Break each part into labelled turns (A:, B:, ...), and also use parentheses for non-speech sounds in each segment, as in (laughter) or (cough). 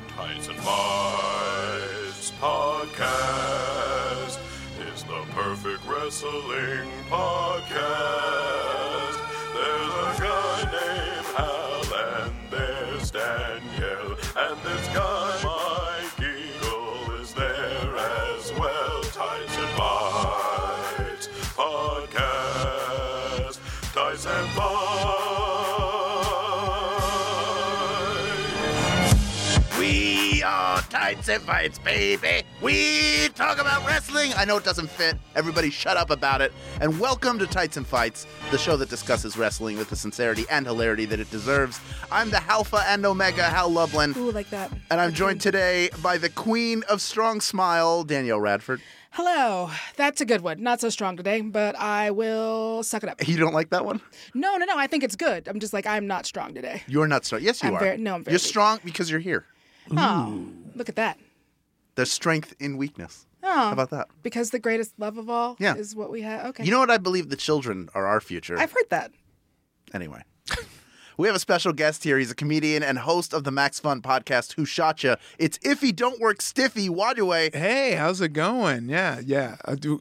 A: Mites and Mites podcast is the perfect wrestling podcast. There's a guy named Hal, and there's Danielle, and this guy Mike Eagle is there as well. Tights and Mites podcast. Tights and Mites.
B: We are Tights and Fights, baby. We talk about wrestling. I know it doesn't fit. Everybody shut up about it. And welcome to Tights and Fights, the show that discusses wrestling with the sincerity and hilarity that it deserves. I'm the Alpha and Omega, Hal Lublin.
C: Ooh, like that.
B: And I'm joined today by the queen of strong smile, Danielle Radford.
C: Hello. That's a good one. Not so strong today, but I will suck it up.
B: You don't like that one?
C: No, no, no. I think it's good. I'm just like I'm not strong today.
B: You're not strong. Yes, you
C: I'm
B: are.
C: very- no, I'm very
B: You're
C: weak.
B: strong because you're here.
C: Oh, look at that.
B: There's strength in weakness.
C: Oh.
B: How about that?
C: Because the greatest love of all
B: Yeah.
C: is what we have. Okay.
B: You know what I believe the children are our future.
C: I've heard that.
B: Anyway, (laughs) we have a special guest here. He's a comedian and host of the Max Fun podcast, Who Shot Ya? It's Iffy Don't Work Stiffy Wadaway.
D: Hey, how's it going? Yeah, yeah. I do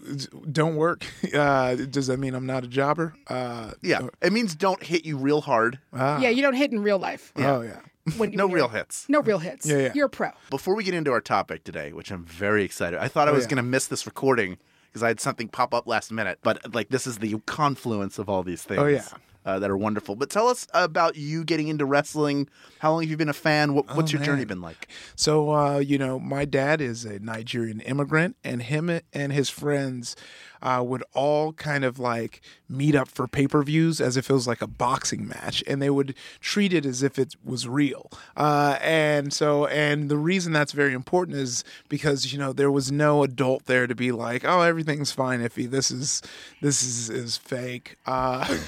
D: don't work. (laughs) Uh, does that mean I'm not a jobber? Uh,
B: Yeah, it means don't hit you real hard.
C: yeah, you don't hit in real life.
D: Oh yeah.
C: When
B: Ah. (laughs) No
C: you're-
B: real hits.
C: No real hits.
D: Yeah, yeah.
C: You're a pro.
B: Before we get into our topic today, which I'm very excited, I thought I was
D: Oh, yeah.
B: going to miss this recording because I had something pop up last minute. But like, this is the confluence of all these things.
D: Oh, yeah.
B: Uh, that are wonderful. But tell us about you getting into wrestling. How long have you been a fan? What, what's your
D: Oh, man.
B: journey been like?
D: So uh, you know, my dad is a Nigerian immigrant, and him and his friends uh, would all kind of like meet up for pay per views as if it was like a boxing match, and they would treat it as if it was real. Uh, and so, and the reason that's very important is because you know there was no adult there to be like, oh, everything's fine, Iffy. This is this is is fake. Uh,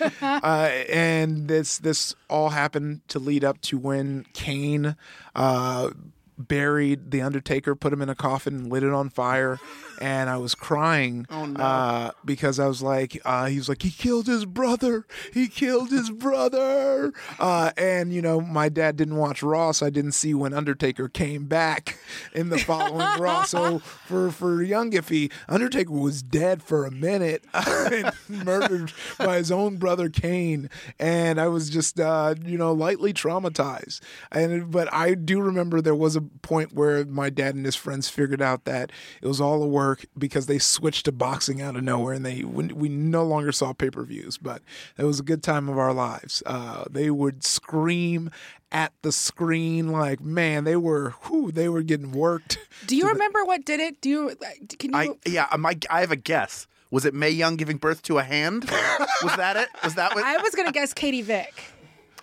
D: (laughs) uh, and this this all happened to lead up to when Kane uh, buried the Undertaker, put him in a coffin, and lit it on fire, and I was crying uh, because I was like, uh, he was like, he killed his brother, he killed his brother, uh, and you know, my dad didn't watch Raw, so I didn't see when Undertaker came back in the following Raw. So for for young Iffy, Undertaker was dead for a minute, (laughs) and murdered by his own brother Kane, and I was just uh, you know lightly traumatized. And but I do remember there was a point where my dad and his friends figured out that it was all a work because they switched to boxing out of nowhere, and they we we no longer saw pay per views. But it was a good time of our lives. Uh, they would scream at the screen like man they were whew, they were getting worked (laughs)
C: Do you remember what did it? Do you? like, Can you?
B: I yeah, um, I, I have a guess. Was it May Young giving birth to a hand? was that it?
C: (laughs)
B: Was that what?
C: I was gonna guess Katie
B: (laughs)
C: Vick.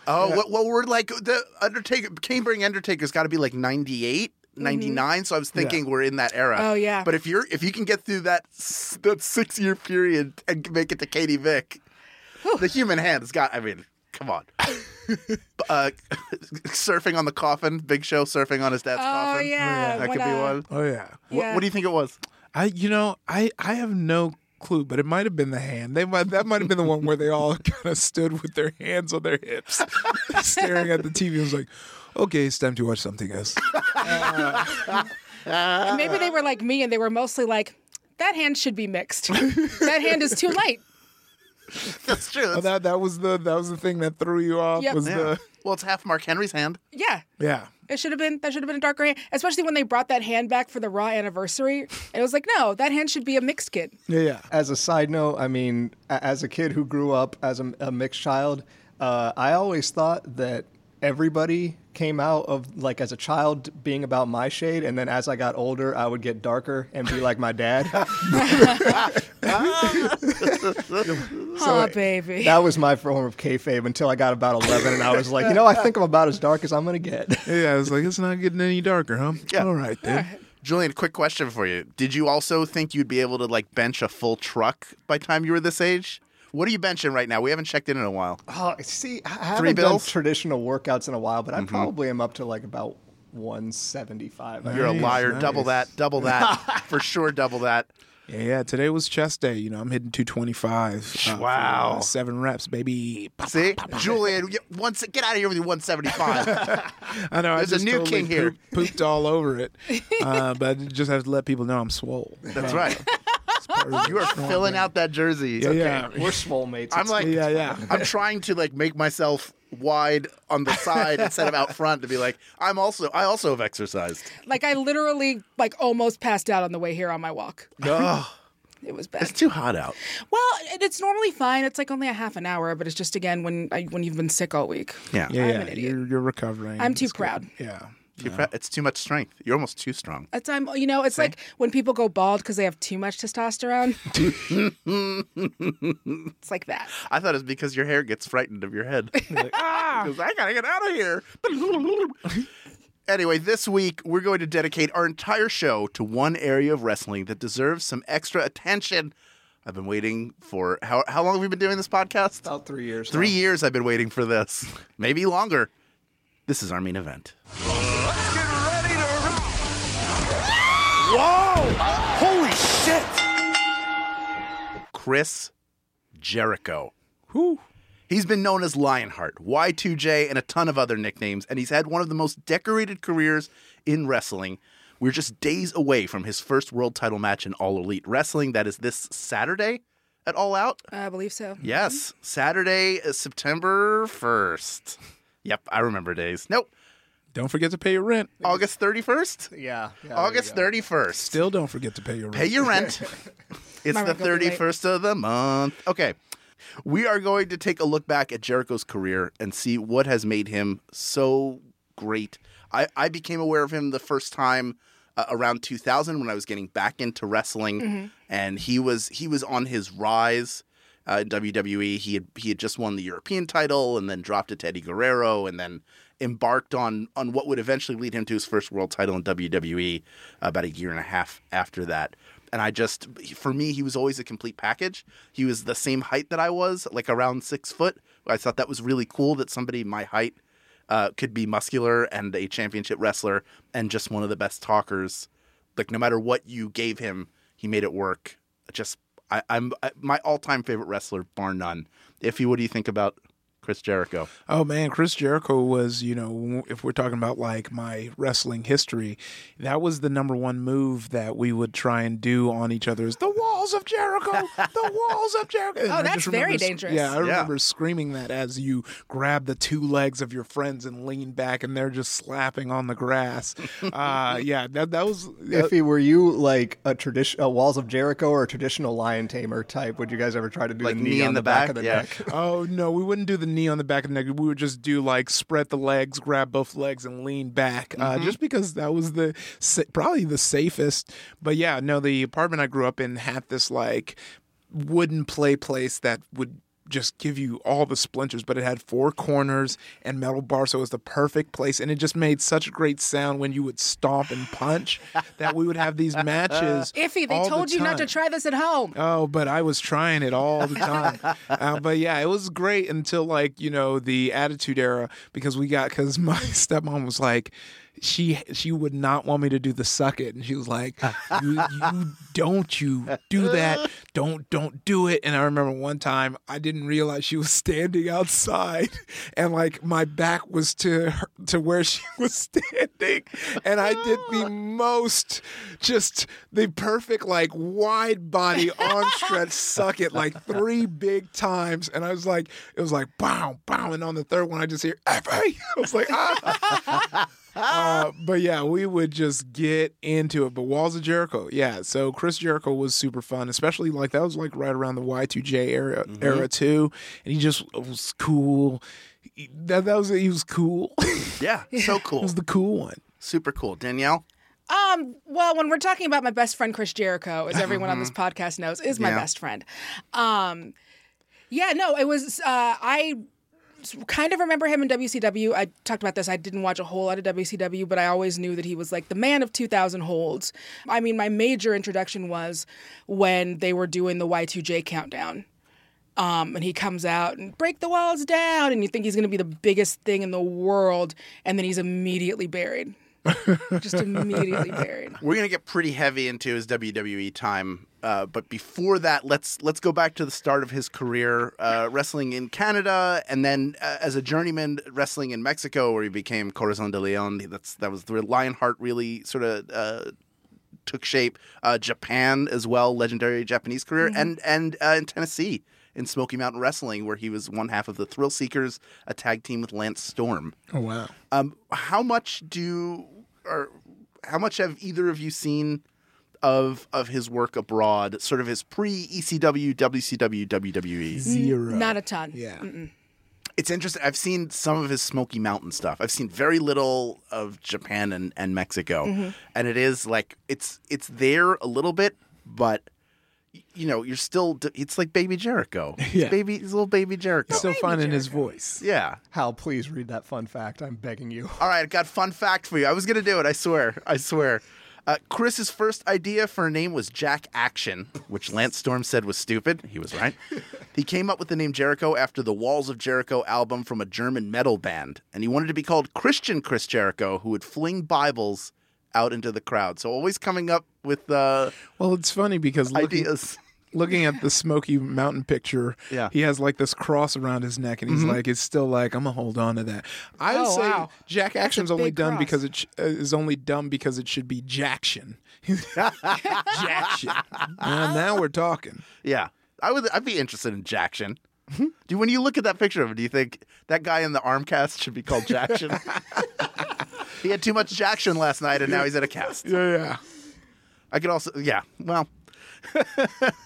B: oh, well, well, we're like the Undertaker. Cambrian Undertaker's got to be like 98, 99. So I was thinking we're in that era.
C: Mm-hmm. Oh, yeah.
B: But if you're if you can get through that s- that six year period and make it to Katie Vick, the human hand has got. I mean,
C: (laughs)
B: come on. uh, (laughs) surfing on the coffin, Big Show surfing on his dad's
C: Oh,
B: coffin.
C: yeah.
B: that
C: What uh,
B: could be
C: a-
B: one.
D: oh yeah
B: What, what do you think it was? (laughs)
D: I you know I I have no clue, but it might have been the hand. They might that might have been the one where they all (laughs) kind of stood with their hands on their hips, (laughs) staring at the TV. It was like, okay, it's time to watch something else.
C: And maybe they were like me, and they were mostly like, "That hand should be
B: (laughs)
C: mixed. that hand is too light."
B: That's true.
D: But that that was the that was the thing that threw you off.
C: Yep.
D: Was
B: yeah.
D: the
B: well, it's half Mark Henry's hand.
C: Yeah,
D: yeah.
C: It should have been that should have been a darker hand, especially when they brought that hand back for the Raw anniversary. And it was like, no, that hand should be a mixed kid.
D: Yeah, yeah.
E: as a side note, I mean, a- as a kid who grew up as a, a mixed child, uh, I always thought that everybody came out of like as a child being about my shade, and then as I got older, I would get darker and be like my
B: (laughs)
E: dad.
C: oh, baby.
E: that was my form of kayfabe until I got about eleven, and I was like, you know, I think I'm about as dark as I'm gonna
B: (laughs)
E: get.
D: Yeah, I was like, it's not getting any darker, huh?
B: Yeah.
D: All right then.
B: Julian, quick question for you. Did you also think you'd be able to like bench a full truck by the time you were this age? What are you benching right now? We haven't checked in in a while.
E: Oh, see, I haven't
B: Three
E: done
B: bills? Mm-hmm.
E: traditional workouts in a while, but I probably am up to like about 175. I
B: You're a
E: think.
B: liar.
D: nice. (laughs)
B: Double that. Double that. for sure. Double that.
D: Yeah, yeah. Today was chest day. You know, I'm hitting 225. uh, for,
B: Wow.
D: uh, seven reps, baby.
B: See, Julian, you- once get out of here with
D: (laughs)
B: your 175.
D: I know.
B: There's
D: I
B: a
D: just
B: new
D: totally
B: king here.
D: poop- Pooped all over (laughs) it, uh, but I just have to let people know I'm swole.
B: That's right.
D: It's part (laughs) of the
B: You are
D: swole
B: filling
D: thing.
B: out that jersey.
D: Yeah, yeah.
C: (laughs)
E: We're swole mates.
B: I'm like,
D: Yeah, yeah.
B: I'm trying to like make myself wide on the side instead of out front to be like, I'm also, I also have exercised.
C: (laughs)
D: (laughs)
C: Like I literally like almost passed out on the way here on my walk.
B: No,
C: It was bad.
B: it's too hot out.
C: Well, it- it's normally fine. It's like only a half an hour, but it's just again when I, when you've been sick all week.
B: Yeah,
D: Yeah,
C: I'm
D: yeah.
C: an idiot.
D: You're, you're recovering.
C: I'm too
D: It's good.
C: proud.
D: Yeah.
B: Too fra- it's too much strength. You're almost too strong.
C: It's I'm you know it's like when people go bald because they have too much
D: (laughs)
C: testosterone. it's like that.
B: I thought it was because your hair gets frightened of your head. ah, Because I gotta get out of here. (laughs) anyway, this week we're going to dedicate our entire show to one area of wrestling that deserves some extra attention. I've been waiting for how how long have we been doing this podcast?
E: about three years.
B: Three years I've been waiting for this, maybe longer. This is our main event.
A: Get ready to rock!
B: Whoa! Holy shit! Chris Jericho.
D: Whew.
B: He's been known as Lionheart, Y2J, and a ton of other nicknames, and he's had one of the most decorated careers in wrestling. We're just days away from his first world title match in All Elite Wrestling. That is this Saturday at All Out.
C: I believe so.
B: Yes, Saturday, uh, September 1st. Yep, I remember days. Nope,
D: Don't forget to pay your rent.
B: August
E: Yeah.
B: 31st?
E: yeah, there you
B: August
E: go.
B: 31st.
D: Still don't forget to pay your rent.
B: pay your
E: (laughs)
B: rent. It's
C: My
B: the
C: rent will be late.
B: 31st of the month. Okay. We are going to take a look back at Jericho's career and see what has made him so great. I, I became aware of him the first time uh, around 2000 when I was getting back into wrestling, and he was he was on his rise uh, in WWE. He had he had just won the European title and then dropped it to Eddie Guerrero and then embarked on on what would eventually lead him to his first world title in WWE about a year and a half after that. And I just for me he was always a complete package. He was the same height that I was, like around six foot. I thought that was really cool that somebody my height uh, could be muscular and a championship wrestler and just one of the best talkers. Like no matter what you gave him, he made it work. Just I, I'm I, my all-time favorite wrestler, bar none. Iffy, what do you think about Chris Jericho?
D: Oh man, Chris Jericho was, you know, if we're talking about like my wrestling history, that was the number one move that we would try and do on each other's the walls of Jericho,
C: (laughs)
D: the walls of Jericho. And
C: Oh,
D: I
C: that's
D: just remember
C: very
D: sc-
C: dangerous.
D: Yeah, I
B: Yeah.
D: remember screaming that as you grab the two legs of your friends and lean back and they're just slapping on
C: (laughs)
D: the grass. uh, yeah, that that was
E: Iffy, were you like a tradition, a Walls of Jericho, or a traditional lion tamer type? Would you guys ever try to do
B: Like
E: the knee, on the back, of the
B: yeah.
E: neck?
D: (laughs) Oh no, we wouldn't do the knee on the back of the neck. We would just do like spread the legs, grab both legs, and lean back, uh, just because that was the sa- probably the safest. But yeah, no, the apartment I grew up in had this like wooden play place that would just give you all the splinters, but it had four corners and metal bar, so it was the perfect place. And it just made such a great sound when you would stomp and punch that we would have these
C: (laughs)
D: matches.
C: Iffy, they
D: all the
C: told you not to
D: time.
C: try this at home.
D: (laughs) Oh, but I was trying it all the time. uh, but yeah, it was great until like you know the Attitude Era because we got because my (laughs) stepmom was like. She she would not want me to do the suck it, and she was like, you, "You don't you do that? Don't don't do it." And I remember one time I didn't realize she was (laughs) standing outside, and like my back was to her, to where she (laughs) was standing, and I did the most just the perfect like wide body arm stretch suck it like three big times and I was like it was like bow bow and on the third one I just hear F-A. (laughs) I was like ah. Uh, but yeah, we would just get into it. But Walls of Jericho, yeah. So Chris Jericho was super fun, especially like that was like right around the Y2J era, era too, and he just was cool. He- that that was he was cool. (laughs) he
B: Yeah, so cool,
D: was the cool one.
B: super cool. Danielle,
C: Um, well, when we're talking about my best friend Chris Jericho, as everyone on this podcast knows, is my
B: Yeah.
C: best friend. Um, yeah, no, it was. Uh, I s- kind of remember him in WCW. I talked about this. I didn't watch a whole lot of WCW, but I always knew that he was like the man of 2,000 holds. I mean, my major introduction was when they were doing the Y2J countdown. Um, and he comes out and break the walls down, and you think he's going to be the biggest thing in the world, and then he's immediately buried. Just immediately buried.
B: we're gonna get pretty heavy into his WWE time Uh, but before that, let's let's go back to the start of his career, uh, wrestling in Canada, and then uh, as a journeyman wrestling in Mexico, where he became Corazon de Leon. That's that was where Lionheart really sort of uh, took shape. Uh, Japan as well, legendary Japanese career, and and uh, in Tennessee in Smoky Mountain Wrestling, where he was one half of the Thrill Seekers, a tag team with Lance Storm.
D: Oh wow.
B: Um, how much do or how much have either of you seen of of his work abroad? Sort of his pre ECW, WCW, WWE.
D: Zero.
C: Not a ton.
D: yeah.
B: It's interesting. I've seen some of his Smoky Mountain stuff. I've seen very little of Japan and and Mexico, and it is like it's it's there a little bit, but. y- You know, you're still. d- It's like Baby Jericho. (laughs)
D: Yeah.
B: baby, he's little Baby Jericho.
D: So fun in his voice.
B: yeah,
E: Hal, please read that fun fact. I'm begging you. (laughs)
B: All right, I got fun fact for you. I was gonna do it. I swear. I swear. Uh, Chris's first idea for a name was Jack Action, which Lance Storm said was stupid. He was right. he came up with the name Jericho after the Walls of Jericho album from a German metal band, and he wanted to be called Christian Chris Jericho, who would fling Bibles out into the crowd. So always coming up with uh,
D: Well, it's funny because looking,
B: ideas.
D: looking at the Smoky Mountain picture,
B: Yeah.
D: he has like this cross around his neck, and he's like, it's still like, I'm gonna hold on to that. I would
C: Mm-hmm. Oh,
D: say
C: wow.
D: Jack Action's only
C: big
D: done
C: cross.
D: because it sh- uh, is only dumb because it should be Jackson. (laughs) Jackson. Now, now we're talking.
B: Yeah, I would. I'd be interested in Jackson.
C: Mm-hmm.
B: Do when you look at that picture of him, do you think that guy in the arm cast should be called
C: (laughs)
B: Jackson? he had too much Jackson last night, and now he's at a cast.
D: Yeah, yeah.
B: I could also, yeah. Well, (laughs)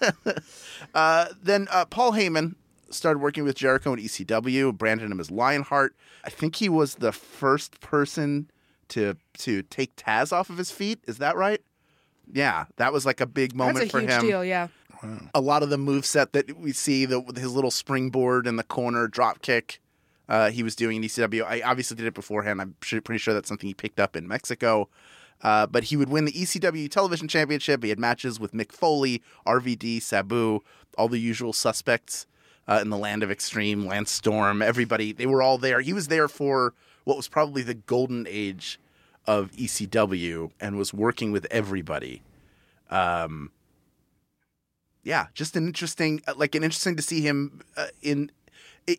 B: uh, then uh, Paul Heyman started working with Jericho and ECW, branded him as Lionheart. I think he was the first person to to take Taz off of his feet. Is that right? Yeah, that was like a big moment
C: That's a
B: for
C: huge
B: him
C: deal. Yeah.
B: a lot of the move set that we see the his little springboard in the corner drop kick uh, he was doing in ECW. I obviously did it beforehand. I'm su- pretty sure that's something he picked up in Mexico. Uh, but he would win the ECW Television Championship. He had matches with Mick Foley, RVD, Sabu, all the usual suspects uh, in the land of extreme, Lance Storm, everybody. They were all there. He was there for what was probably the golden age of ECW and was working with everybody yeah, just an interesting, uh, like an interesting to see him uh, in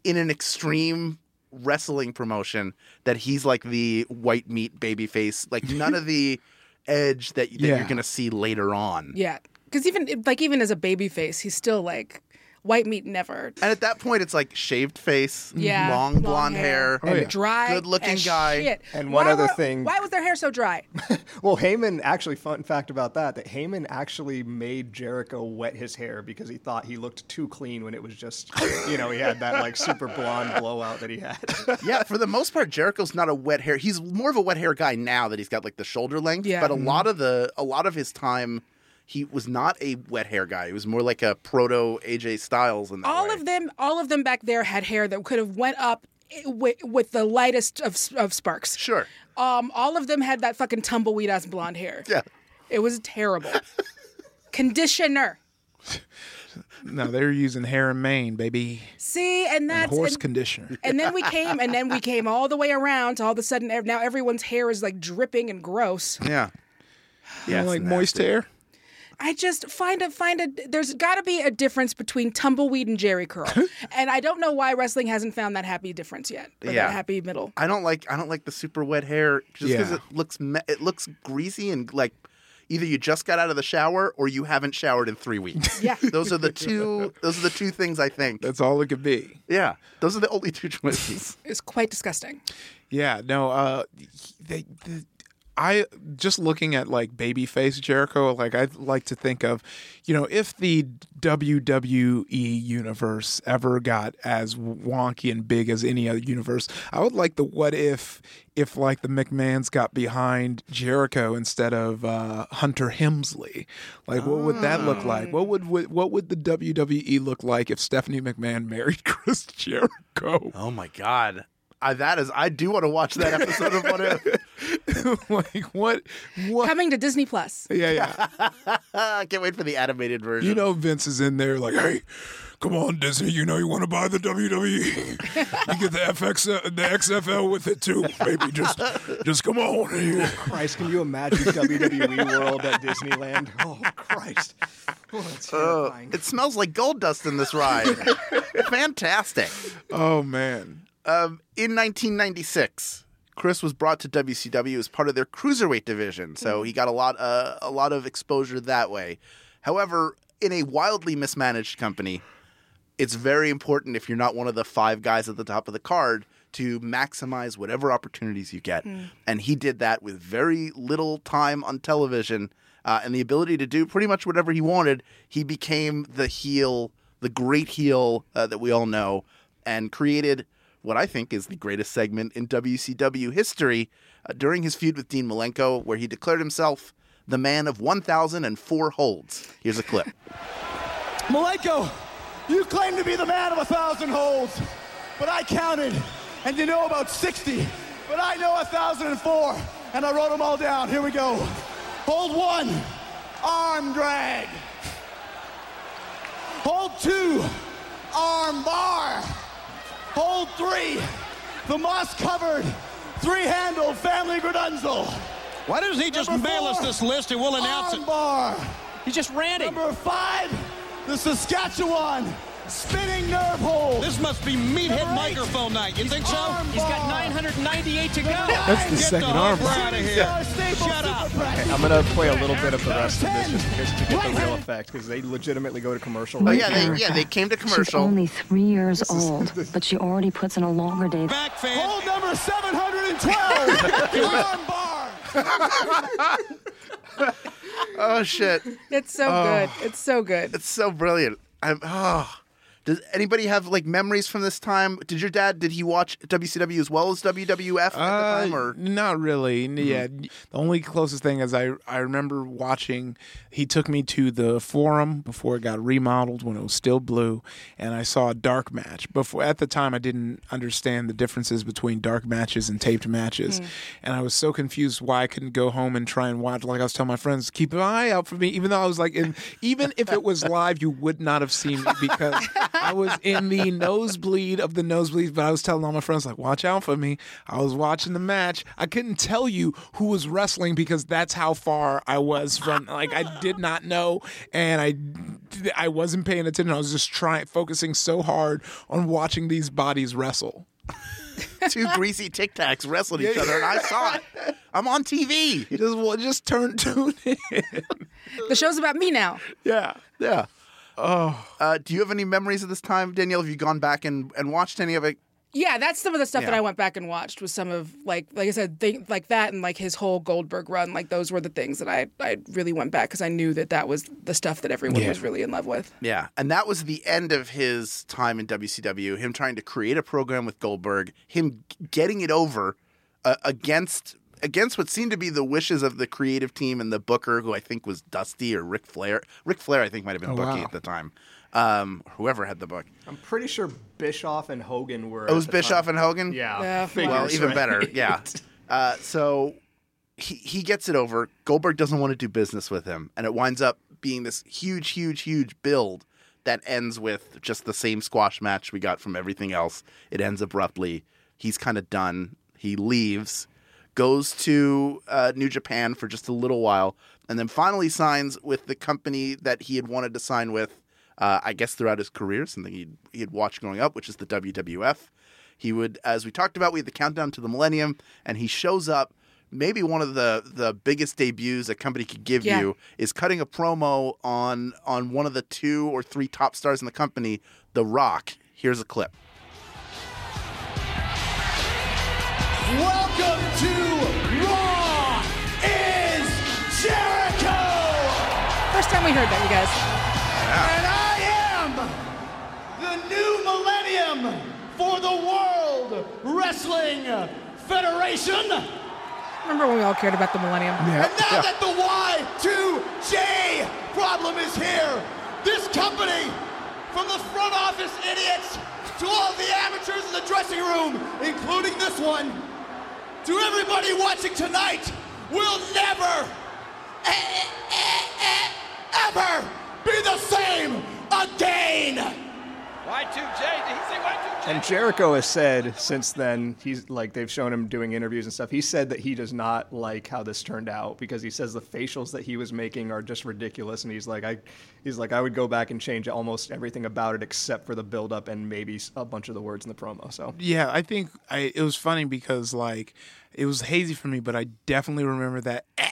B: in an extreme wrestling promotion that he's like the white meat baby face, like none
D: (laughs)
B: of the edge that, that
D: Yeah.
B: you're gonna see later on.
C: Yeah. Because even like even as a baby face, he's still like white meat never.
B: And at that point, it's like shaved face,
C: Yeah.
B: Mm-hmm. long, blonde hair,
D: Oh, yeah.
C: Dry,
B: Good-looking
C: as
B: guy.
C: shit.
E: And one
C: Why
E: other
C: were-
E: thing-
C: Why was their hair so
B: (laughs)
C: dry?
E: Well, Heyman actually, fun fact about that, that Heyman actually made Jericho wet his hair because he thought he looked too clean when it was just, you know, he had that like super blonde blowout that he had.
B: yeah, for the most part, Jericho's not a wet hair. He's more of a wet hair guy now that he's got like the shoulder length.
C: Yeah. Mm-hmm.
B: But a lot of the a lot of his time, he was not a wet hair guy. He was more like a proto AJ Styles in that
C: all
B: way.
C: of them all of them back there had hair that could have went up with, with the lightest of, s- of sparks
B: Sure.
C: um all of them had that fucking tumbleweed ass blonde hair
B: Yeah.
C: it was
B: (laughs)
C: terrible conditioner
D: No, they're using hair and mane, baby.
C: see and that's
D: Horse
C: and,
D: conditioner.
C: and then we came and then we came all the way around to all of a sudden ev- now everyone's hair is like dripping and gross
B: Yeah.
D: You know,
B: Yeah. it's
D: like
B: nasty.
D: moist hair.
C: i just find a find a there's got to be a difference between tumbleweed and jerry curl and i don't know why wrestling hasn't found that happy difference yet or
B: Yeah.
C: that happy middle
B: I don't like I don't like the super wet hair just because
D: Yeah.
B: it looks me- it looks greasy and like either you just got out of the shower or you haven't showered in three weeks.
C: Yeah.
B: those are the two those are the two things I think.
D: That's all it could be.
B: Yeah, those are the only two choices.
C: it's quite disgusting
D: Yeah, no, uh, they, the I just looking at like babyface Jericho, like I like to think of, you know, if the WWE universe ever got as wonky and big as any other universe, I would like the what if if like the McMahons got behind Jericho instead of uh, Hunter Hemsley, like what would that look like? What would what would the E (laughs) WWE look like if Stephanie McMahon married Chris Jericho?
B: Oh my god. I, that is, I do want to watch that episode of What (laughs)
D: (laughs)
B: If.
D: like what? What?
C: Coming to Disney Plus.
D: Yeah, (laughs) yeah.
B: I Ah, can't wait for the animated version.
D: You know, Vince is in there like, hey, come on, Disney. You know you want to buy the (laughs) WWE. you get the FX, uh, the XFL with it too, baby. Just, just come
E: (laughs)
D: on.
E: Christ, can you imagine (laughs) WWE World at Disneyland? Oh, Christ. Oh, that's terrifying.
B: it smells like gold dust in this (laughs) ride. Fantastic.
D: (laughs) Oh man.
B: Um, in 1996, Chris was brought to WCW as part of their cruiserweight division, so he got a lot uh, a lot of exposure that way. However, in a wildly mismanaged company, it's very important if you're not one of the five guys at the top of the card to maximize whatever opportunities you get. And he did that with very little time on television uh, and the ability to do pretty much whatever he wanted. He became the heel, the great heel uh, that we all know, and created what I think is the greatest segment in WCW history uh, during his feud with Dean Malenko, where he declared himself the man of 1,004 holds. Here's a clip.
F: Malenko, you claim to be the man of a thousand holds, but I counted, (coughs) and you know about 60, but I know a 1,004, and I wrote them all down. Here we go. Hold one, arm drag. Hold two, arm bar. Hold three, the moss covered, three handled family Gradunzel.
G: Why doesn't he just
F: Number
G: mail us
F: four.
G: this list and we'll announce
F: Arm
G: it?
F: bar.
G: He's just ranting.
F: Number five, the Saskatchewan spinning nerve hold.
G: This must be meathead
F: Number eight.
G: microphone night. You think so?
F: Arm
G: He's got
F: bar.
G: 998 to go.
F: That's the
G: Get
D: second
G: the
D: arm.
G: Hoffer out of here.
F: Star staple
G: Shut up.
F: super press.
E: I'm gonna play a little bit of the rest of this just, just to get the real effect because they legitimately go to commercial.
B: Oh
E: Right
B: yeah,
E: here.
B: they, yeah, they came to
H: She's
B: commercial.
H: only three years old, but she already puts in a longer day.
G: Back fan.
F: Hold number
D: (laughs)
F: 712, arm bar.
B: Oh shit,
C: It's so good. It's so good.
B: it's so brilliant. I'm oh. Does anybody have like memories from this time? Did your dad did he watch WCW as well as WWF at the time?
D: Uh,
B: Or
D: Not really. N- Yeah. The only closest thing is I, I remember watching, he took me to the forum before it got remodeled when it was still blue, and I saw a dark match. Before At the time, I didn't understand the differences between dark matches and taped
G: Hmm.
D: matches, and I was so confused why I couldn't go home and try and watch. Like I was telling my friends, keep an eye out for me, even though I was like, in, even if it was live, you would not have seen me because I was in the nosebleed of the nosebleeds, but I was telling all my friends, like, watch out for me. I was watching the match. I couldn't tell you who was wrestling because that's how far I was from, like, I did not know. And I, I wasn't paying attention. I was just trying, focusing so hard on watching these bodies wrestle.
B: two greasy Tic Tacs wrestled each other, and I saw it. I'm on TV.
D: Just, well, just turn, (laughs) tune in.
C: The show's about me now.
D: Yeah.
B: Yeah. Oh. Uh, do you have any memories of this time, Danielle? Have you gone back and, and watched any of it?
C: Yeah, that's some of the stuff that I went back and watched was some of like like I said thing, like that and like his whole Goldberg run like those were the things that I I really went back cuz I knew that that was the stuff that everyone was really in love with.
B: Yeah. And that was the end of his time in WCW, him trying to create a program with Goldberg, him g- getting it over uh, against against what seemed to be the wishes of the creative team and the booker who I think was Dusty or Ric Flair. Ric Flair I think might have been Bookie
D: wow.
B: at the time. Um, whoever had the book.
E: I'm pretty sure Bischoff and Hogan were.
B: It was Bischoff and Hogan?
E: Yeah.
C: Yeah,
E: figures,
B: Well, even
E: right?
B: better.
E: (laughs)
B: Yeah. Uh, so he he gets it over. Goldberg doesn't want to do business with him, and it winds up being this huge, huge, huge build that ends with just the same squash match we got from everything else. It ends abruptly. He's kind of done. He leaves, goes to uh, New Japan for just a little while, and then finally signs with the company that he had wanted to sign with. Uh, I guess throughout his career, something he'd, he had watched growing up, which is the WWF. He would, as we talked about, we had the countdown to the millennium, and he shows up. Maybe one of the the biggest debuts a company could give
C: Yeah.
B: you is cutting a promo on on one of the two or three top stars in the company, The Rock. Here's a clip.
F: Welcome to Raw is Jericho,
C: First time we heard that, you guys.
F: and I am the new millennium for the World Wrestling Federation.
C: Remember when we all cared about the millennium?
F: And now that the Y2J problem is here, this company from the front office idiots to all the amateurs in the dressing room, including this one, to everybody watching tonight, we'll never, e- e- e- e- ever be the same again.
E: And Jericho has said since then, he's like they've shown him doing interviews and stuff. He said that he does not like how this turned out because he says the facials that he was making are just ridiculous, and he's like, I, he's like, I would go back and change almost everything about it except for the buildup and maybe a bunch of the words in the promo. So
D: Yeah, I think I, it was funny because like it was hazy for me, but I definitely remember that eh,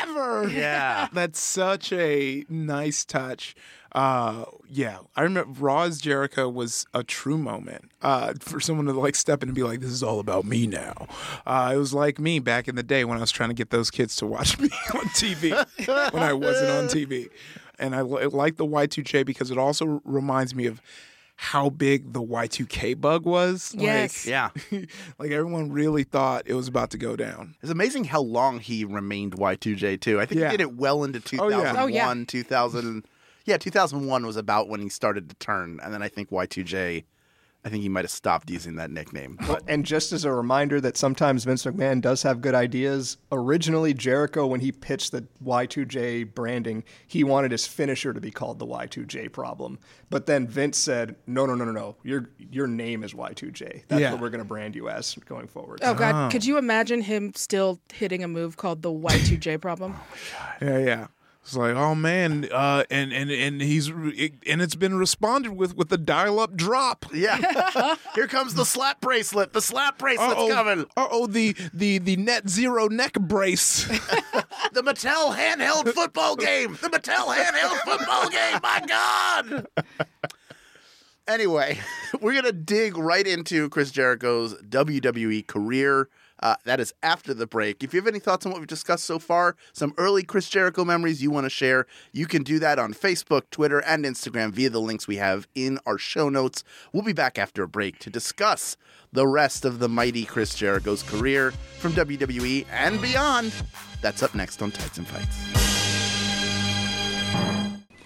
D: ever.
C: (laughs)
B: Yeah.
D: that's such a nice touch. Uh, yeah, I remember Raw's Jericho was a true moment uh, for someone to like step in and be like, "This is all about me now." Uh, it was like me back in the day when I was trying to get those kids to watch (laughs) me on TV when I wasn't on TV, and I, li- like the Y2J because it also reminds me of how big the Y2K bug was.
C: Yes.
B: Yeah.
D: Like, (laughs) like everyone really thought it was about to go down.
B: It's amazing how long he remained Y2J too. I think
D: Yeah.
B: he did it well into 2001,
D: yeah.
C: Oh, yeah.
B: 2000. Yeah, 2001 was about when he started to turn, and then I think Y2J. I think he might have stopped using that nickname. But
E: And just as a reminder that sometimes Vince McMahon does have good ideas. Originally, Jericho, when he pitched the Y2J branding, he wanted his finisher to be called the Y2J problem. But then Vince said, "No, no, no, no, no. Your your name is Y2J. That's
D: Yeah.
E: what we're going to brand you as going forward."
C: Oh God! Could you imagine him still hitting a move called the Y two J
I: (laughs)
C: problem?
D: Yeah, yeah. It's like, oh man, uh, and and and he's it, and it's been responded with with the dial-up drop.
B: yeah, here comes the slap bracelet. The slap bracelet's coming.
D: oh, the the the net zero neck brace. (laughs)
B: The Mattel handheld football game. The Mattel handheld football game. My God. Anyway, (laughs) we're going to dig right into Chris Jericho's WWE career. Uh, that is after the break. If you have any thoughts on what we've discussed so far, some early Chris Jericho memories you want to share, you can do that on Facebook, Twitter, and Instagram via the links we have in our show notes. We'll be back after a break to discuss the rest of the mighty Chris Jericho's career from WWE and beyond. That's up next on Tights and Fights.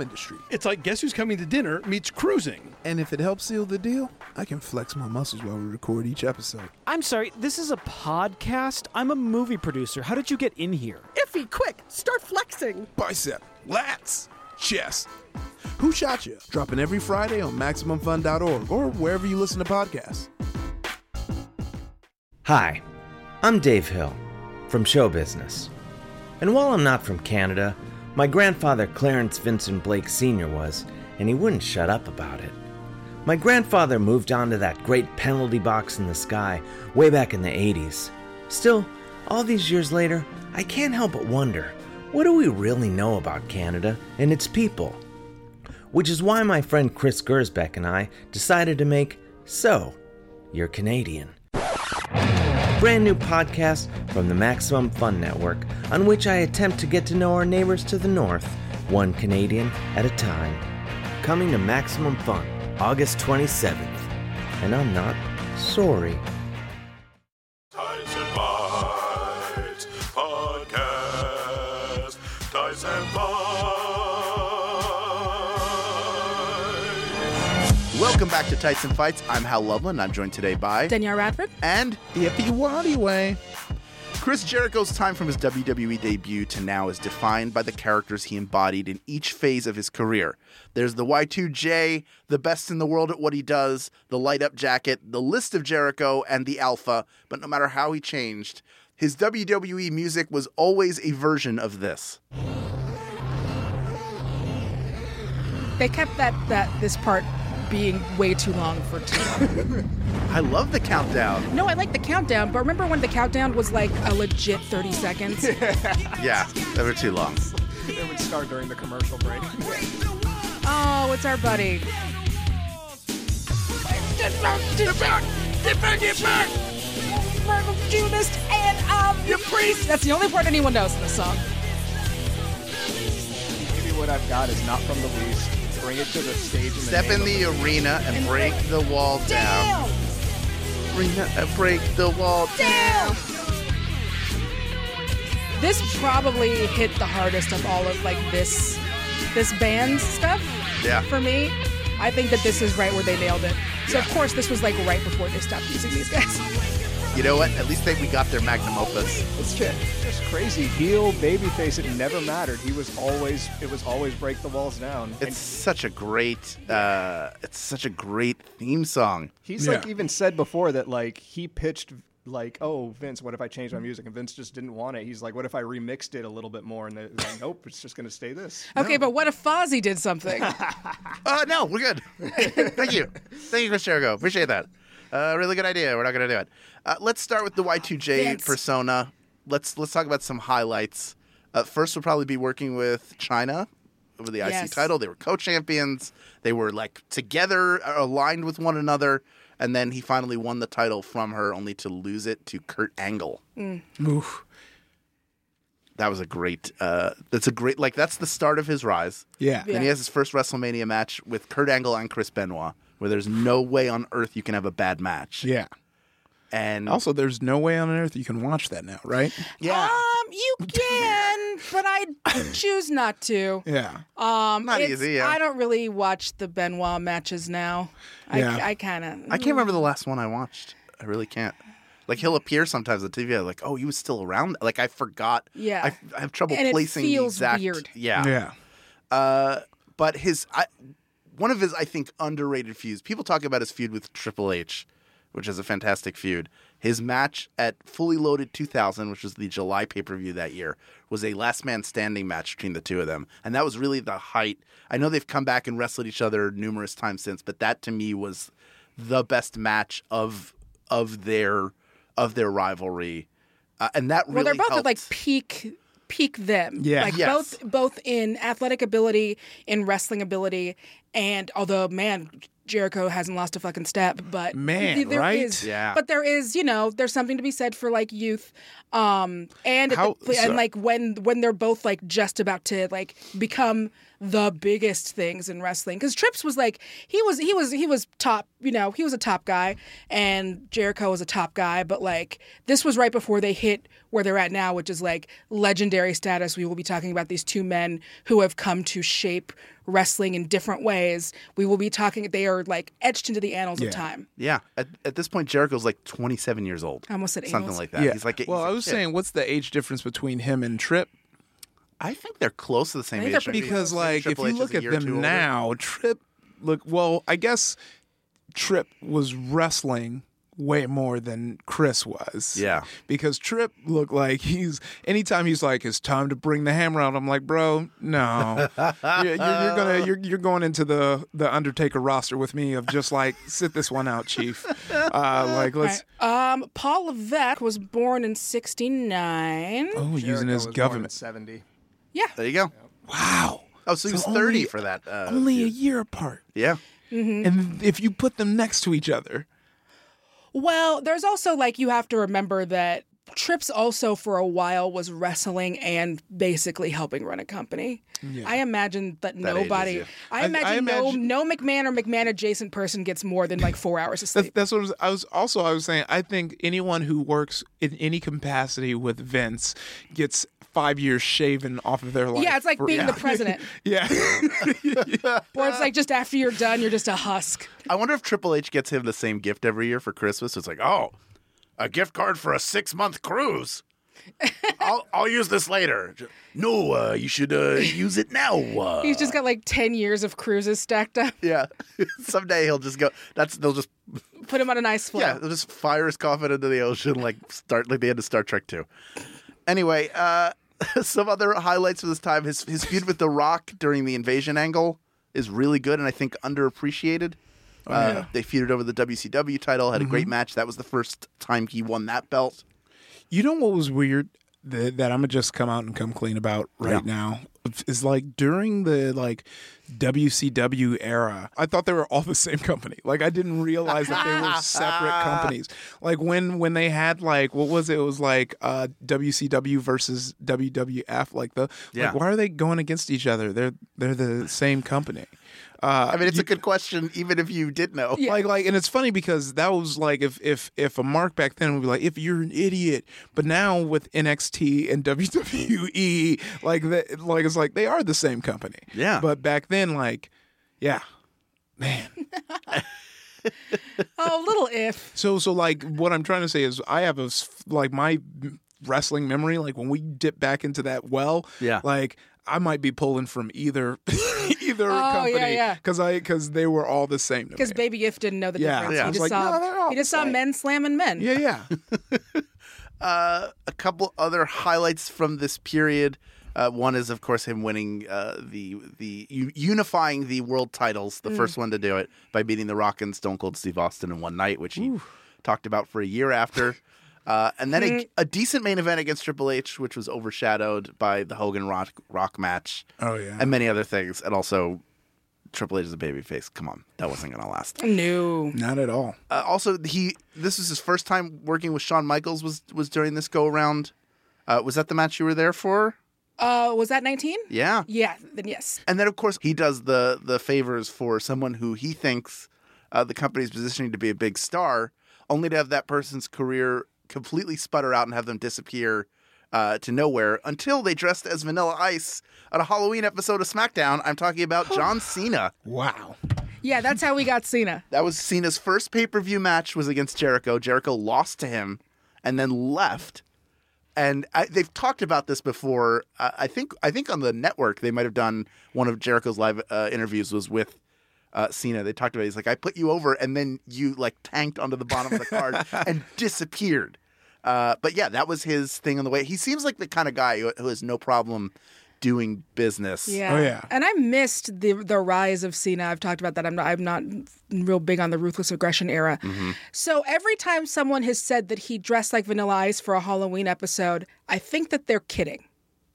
J: industry.
G: It's like Guess Who's Coming to Dinner meets Cruising.
J: And if it helps seal the deal, I can flex my muscles while we record each episode.
K: I'm sorry, this is a podcast? I'm a movie producer. How did you get in here?
I: Iffy, quick, start flexing.
J: Bicep, lats, chest. Who Shot Ya? Dropping every Friday on MaximumFun.org or wherever you listen to podcasts.
L: Hi, I'm Dave Hill from Show Business. And while I'm not from Canada, my grandfather Clarence Vincent Blake Sr. was, and he wouldn't shut up about it. My grandfather moved on to that great penalty box in the sky way back in the 80s. Still, all these years later, I can't help but wonder what do we really know about Canada and its people? Which is why my friend Chris Gersbeck and I decided to make So, You're Canadian brand new podcast from the Maximum Fun Network, on which I attempt to get to know our neighbors to the north, one Canadian at a time. Coming to Maximum Fun, August 27th. And I'm not sorry.
A: Tights and Bites Podcast. Tights and Bites.
B: Welcome back to Tights and Fights. I'm Hal Loveland. I'm joined today by
C: Danielle Radford.
B: and
D: Yippee waddy way.
B: Chris Jericho's time from his WWE debut to now is defined by the characters he embodied in each phase of his career. There's the Y2J, the best in the world at what he does, the light up jacket, the list of Jericho, and the Alpha. But no matter how he changed, his WWE music was always a version of this.
C: They kept that that this part being way too long for too long.
B: I love the countdown.
C: No, I like the countdown, but remember when the countdown was like a legit thirty seconds?
B: Yeah, they were too long.
E: it would start during the commercial break.
C: Oh, it's our buddy. Junist and um, your priest. That's the only part anyone knows in this song.
E: Maybe what I've got is not from the least. Bring it to the stage. In the
B: Step
E: name
B: in the
E: of
B: arena and break the wall down. Arena and break the wall down.
C: This probably hit the hardest of all of like this this band stuff.
B: Yeah.
C: For me, I think that this is right where they nailed it. So of course this was like right before they stopped using these guys. (laughs)
B: You know what? At least they, we got their magnum opus.
E: It's shit. Just crazy heel, babyface. It never mattered. He was always. It was always break the walls down.
B: It's such a great, uh, it's such a great theme song.
E: He's like even said before that like he pitched like oh Vince, what if I change my music? And Vince just didn't want it. He's like, what if I remixed it a little bit more? And they was
D: (laughs)
E: like, nope, it's just gonna stay this.
C: Okay, but what if Fozzy did something?
B: uh, no, we're good. (laughs) Thank you. Thank you, Chris Jericho. Appreciate that. Uh, really good idea. We're not going to do it. Uh, let's start with the Y2J
C: Vince.
B: persona. Let's let's talk about some highlights. Uh, first would probably be working with China over the IC
C: Yes.
B: title. They were co-champions. They were like together, uh, aligned with one another, and then he finally won the title from her, only to lose it to Kurt Angle.
C: Mm.
D: Oof.
B: That was a great. Uh, that's a great. Like that's the start of his rise.
D: Yeah.
B: And he has his first WrestleMania match with Kurt Angle and Chris Benoit, where there's no way on earth you can have a bad match.
D: Yeah.
B: And
D: Also, there's no way on earth you can watch that now, right?
B: (laughs) yeah,
C: Um, you can, but I choose not to.
D: Yeah.
B: Uh,
C: Um,
B: Not
C: it's-
B: easy, yeah.
C: I don't really watch the Benoit matches now.
B: Yeah.
C: I, I kind of.
B: I can't remember the last one I watched. I really can't. Like he'll appear sometimes on TV. I'm like, oh, he was still around. Like I forgot.
C: Yeah.
B: I, I have trouble
C: And it
B: placing
C: feels
B: the exact.
C: weird.
B: Yeah.
D: Yeah.
B: Uh, but his I, one of his I think underrated feuds. People talk about his feud with Triple H, which is a fantastic feud. His match at Fully Loaded 2000, which was the July pay per view that year, was a last man standing match between the two of them, and that was really the height. I know they've come back and wrestled each other numerous times since, but that to me was the best match of of their of their rivalry, uh, and that really
C: well, they're both at
B: helped.
C: like peak peak them.
B: Yeah.
C: Like
B: Yes.
C: both both in athletic ability, in wrestling ability, and although man, Jericho hasn't lost a fucking step, but
D: Man,
C: there
D: right?
C: is-
D: Yeah.
C: But there is, you know, there's something to be said for like youth, um, and at
D: How-
C: the,
D: so-
C: and like when when they're both like just about to like become the biggest things in wrestling. Because Trips was like he was he was he was top, you know, he was a top guy, and Jericho was a top guy. But like this was right before they hit where they're at now, which is like legendary status. We will be talking about these two men who have come to shape wrestling in different ways. We will be talking. They are like etched into the annals
B: yeah.
C: of time.
B: Yeah. At, at this point, Jericho's like 27 years old.
C: I almost said
B: something
C: annals.
B: like that.
D: Yeah.
B: He's like,
D: well, I was saying, what's the age difference between him and Trip?
B: I think they're close to the same age. maybe.
D: because,
B: Maybe
D: like, if
B: Triple
D: you
B: H is
D: look
B: a
D: at
B: year or two
D: them
B: older.
D: now, Trip look well. I guess Trip was wrestling way more than Chris was.
B: Yeah.
D: because Trip looked like he's anytime he's like, it's time to bring the hammer out. I'm like, bro,
B: (laughs)
D: no, you're, you're, you're gonna you're, you're going into the the Undertaker roster with me of just like sit this one out,
B: (laughs)
D: Chief. Uh, like let's.
C: Um, Paul Levesque was born in '69.
D: Oh, using his government.
E: Seventy.
C: Yeah.
B: There you go.
D: Wow.
B: Oh, so he was 30 for that. Uh,
D: only a year apart.
B: Yeah.
C: Mhm.
D: And if you put them next to each other,
C: Well, there's also like you have to remember that Trips also for a while was wrestling and basically helping run a company.
D: Yeah.
C: I imagine that,
D: That
C: nobody.
D: ages you.
C: I,
D: I- I
C: imagine
D: imagine-
C: no no McMahon or McMahon adjacent person gets more than like four hours of
D: that's,
C: sleep.
D: that's what I was, I was also I was saying. I think anyone who works in any capacity with Vince gets five years shaven off of their life.
C: yeah, it's like
D: for-
C: being
D: (laughs) Yeah.
C: the president,
D: yeah.
C: or it's like just after you're done, you're just a husk.
B: I wonder if Triple H gets him the same gift every year for Christmas. It's like, oh, a gift card for a six
C: (laughs)
B: month cruise. I'll, I'll use this later. No, uh, you should uh, use it now. Uh.
C: He's just got like ten years of cruises stacked up. (laughs)
B: Yeah. (laughs) Someday he'll just go. That's they'll just
C: Put him on an ice floe.
B: (laughs) Yeah, they'll just fire his coffin into the ocean like start like the end of Star Trek Two. Anyway, uh, (laughs) some other highlights of this time: his his feud with The Rock during the invasion angle is really good, and I think underappreciated. uh,
D: Oh, yeah. Mm-hmm.
B: They feuded over the WCW title, had a great match. That was the first time he won that belt.
D: You know what was weird that, that I'm gonna just come out and come clean about right
B: Yeah.
D: now. is like during the like WCW era, I thought they were all the same company. Like I didn't realize that
B: (laughs)
D: they were separate companies. Like when when they had like what was it? It was like uh WCW versus WWF. Like the
B: Yeah.
D: like why are they going against each other? They're they're the same company. Uh,
B: I mean, it's a good question, even if you did know.
D: Like, like, and it's funny because that was like if if if a mark back then would be like, if you're an idiot, but now with NXT and (laughs) WWE, like that, like it's like they are the same company.
B: Yeah.
D: But back then, like, yeah.
C: oh, little
D: (laughs)
C: if.
D: So so like what I'm trying to say is I have a s- like my wrestling memory. Like when we dip back into that well,
B: Yeah.
D: Like I might be pulling from either (laughs) either
C: Oh, yeah,
D: company
C: yeah.
D: because I because they were all the same. To me.
C: Because Baby Gift didn't know the
D: Yeah.
C: difference.
D: Yeah. I
C: He
D: was
C: just,
D: like,
C: saw,
D: no, they're all
C: he just
D: the
C: saw
D: same.
C: men slamming men.
D: Yeah, yeah.
B: uh, a couple other highlights from this period. Uh, one is, of course, him winning uh, the the u- unifying the world titles, the
M: Mm.
B: first one to do it by beating the Rock and Stone Cold Steve Austin in one night, which he talked about for a year
D: (laughs)
B: after. Uh, and then a,
M: Mm.
B: a decent main event against Triple H, which was overshadowed by the Hogan Rock Rock match.
D: Oh, yeah.
B: and many other things, and also Triple H is a babyface. Come on, that wasn't gonna last.
C: No,
D: not at all.
B: Uh, also, he this is his first time working with Shawn Michaels was was during this go around. Uh, was that the match you were there for?
C: Uh, was that 19?
B: Yeah.
C: Yeah, then yes.
B: And then of course he does the the favors for someone who he thinks uh, the company's positioning to be a big star, only to have that person's career completely sputter out and have them disappear. Uh, to nowhere until they dressed as Vanilla Ice on a Halloween episode of SmackDown. I'm talking about John Cena.
D: Wow.
C: Yeah, that's how we got Cena.
B: That was Cena's first pay per view match was against Jericho. Jericho lost to him, and then left. And I, they've talked about this before. Uh, I think I think on the network they might have done one of Jericho's live uh, interviews was with uh, Cena. They talked about it. he's like I put you over, and then you like tanked onto the bottom of the card and disappeared. Uh, but yeah, that was his thing on the way. He seems like the kind of guy who, who has no problem doing business.
C: Yeah. And I missed the the rise of Cena. I've talked about that. I'm not I'm not real big on the ruthless aggression era. So every time someone has said that he dressed like Vanilla Ice for a Halloween episode, I think that they're kidding.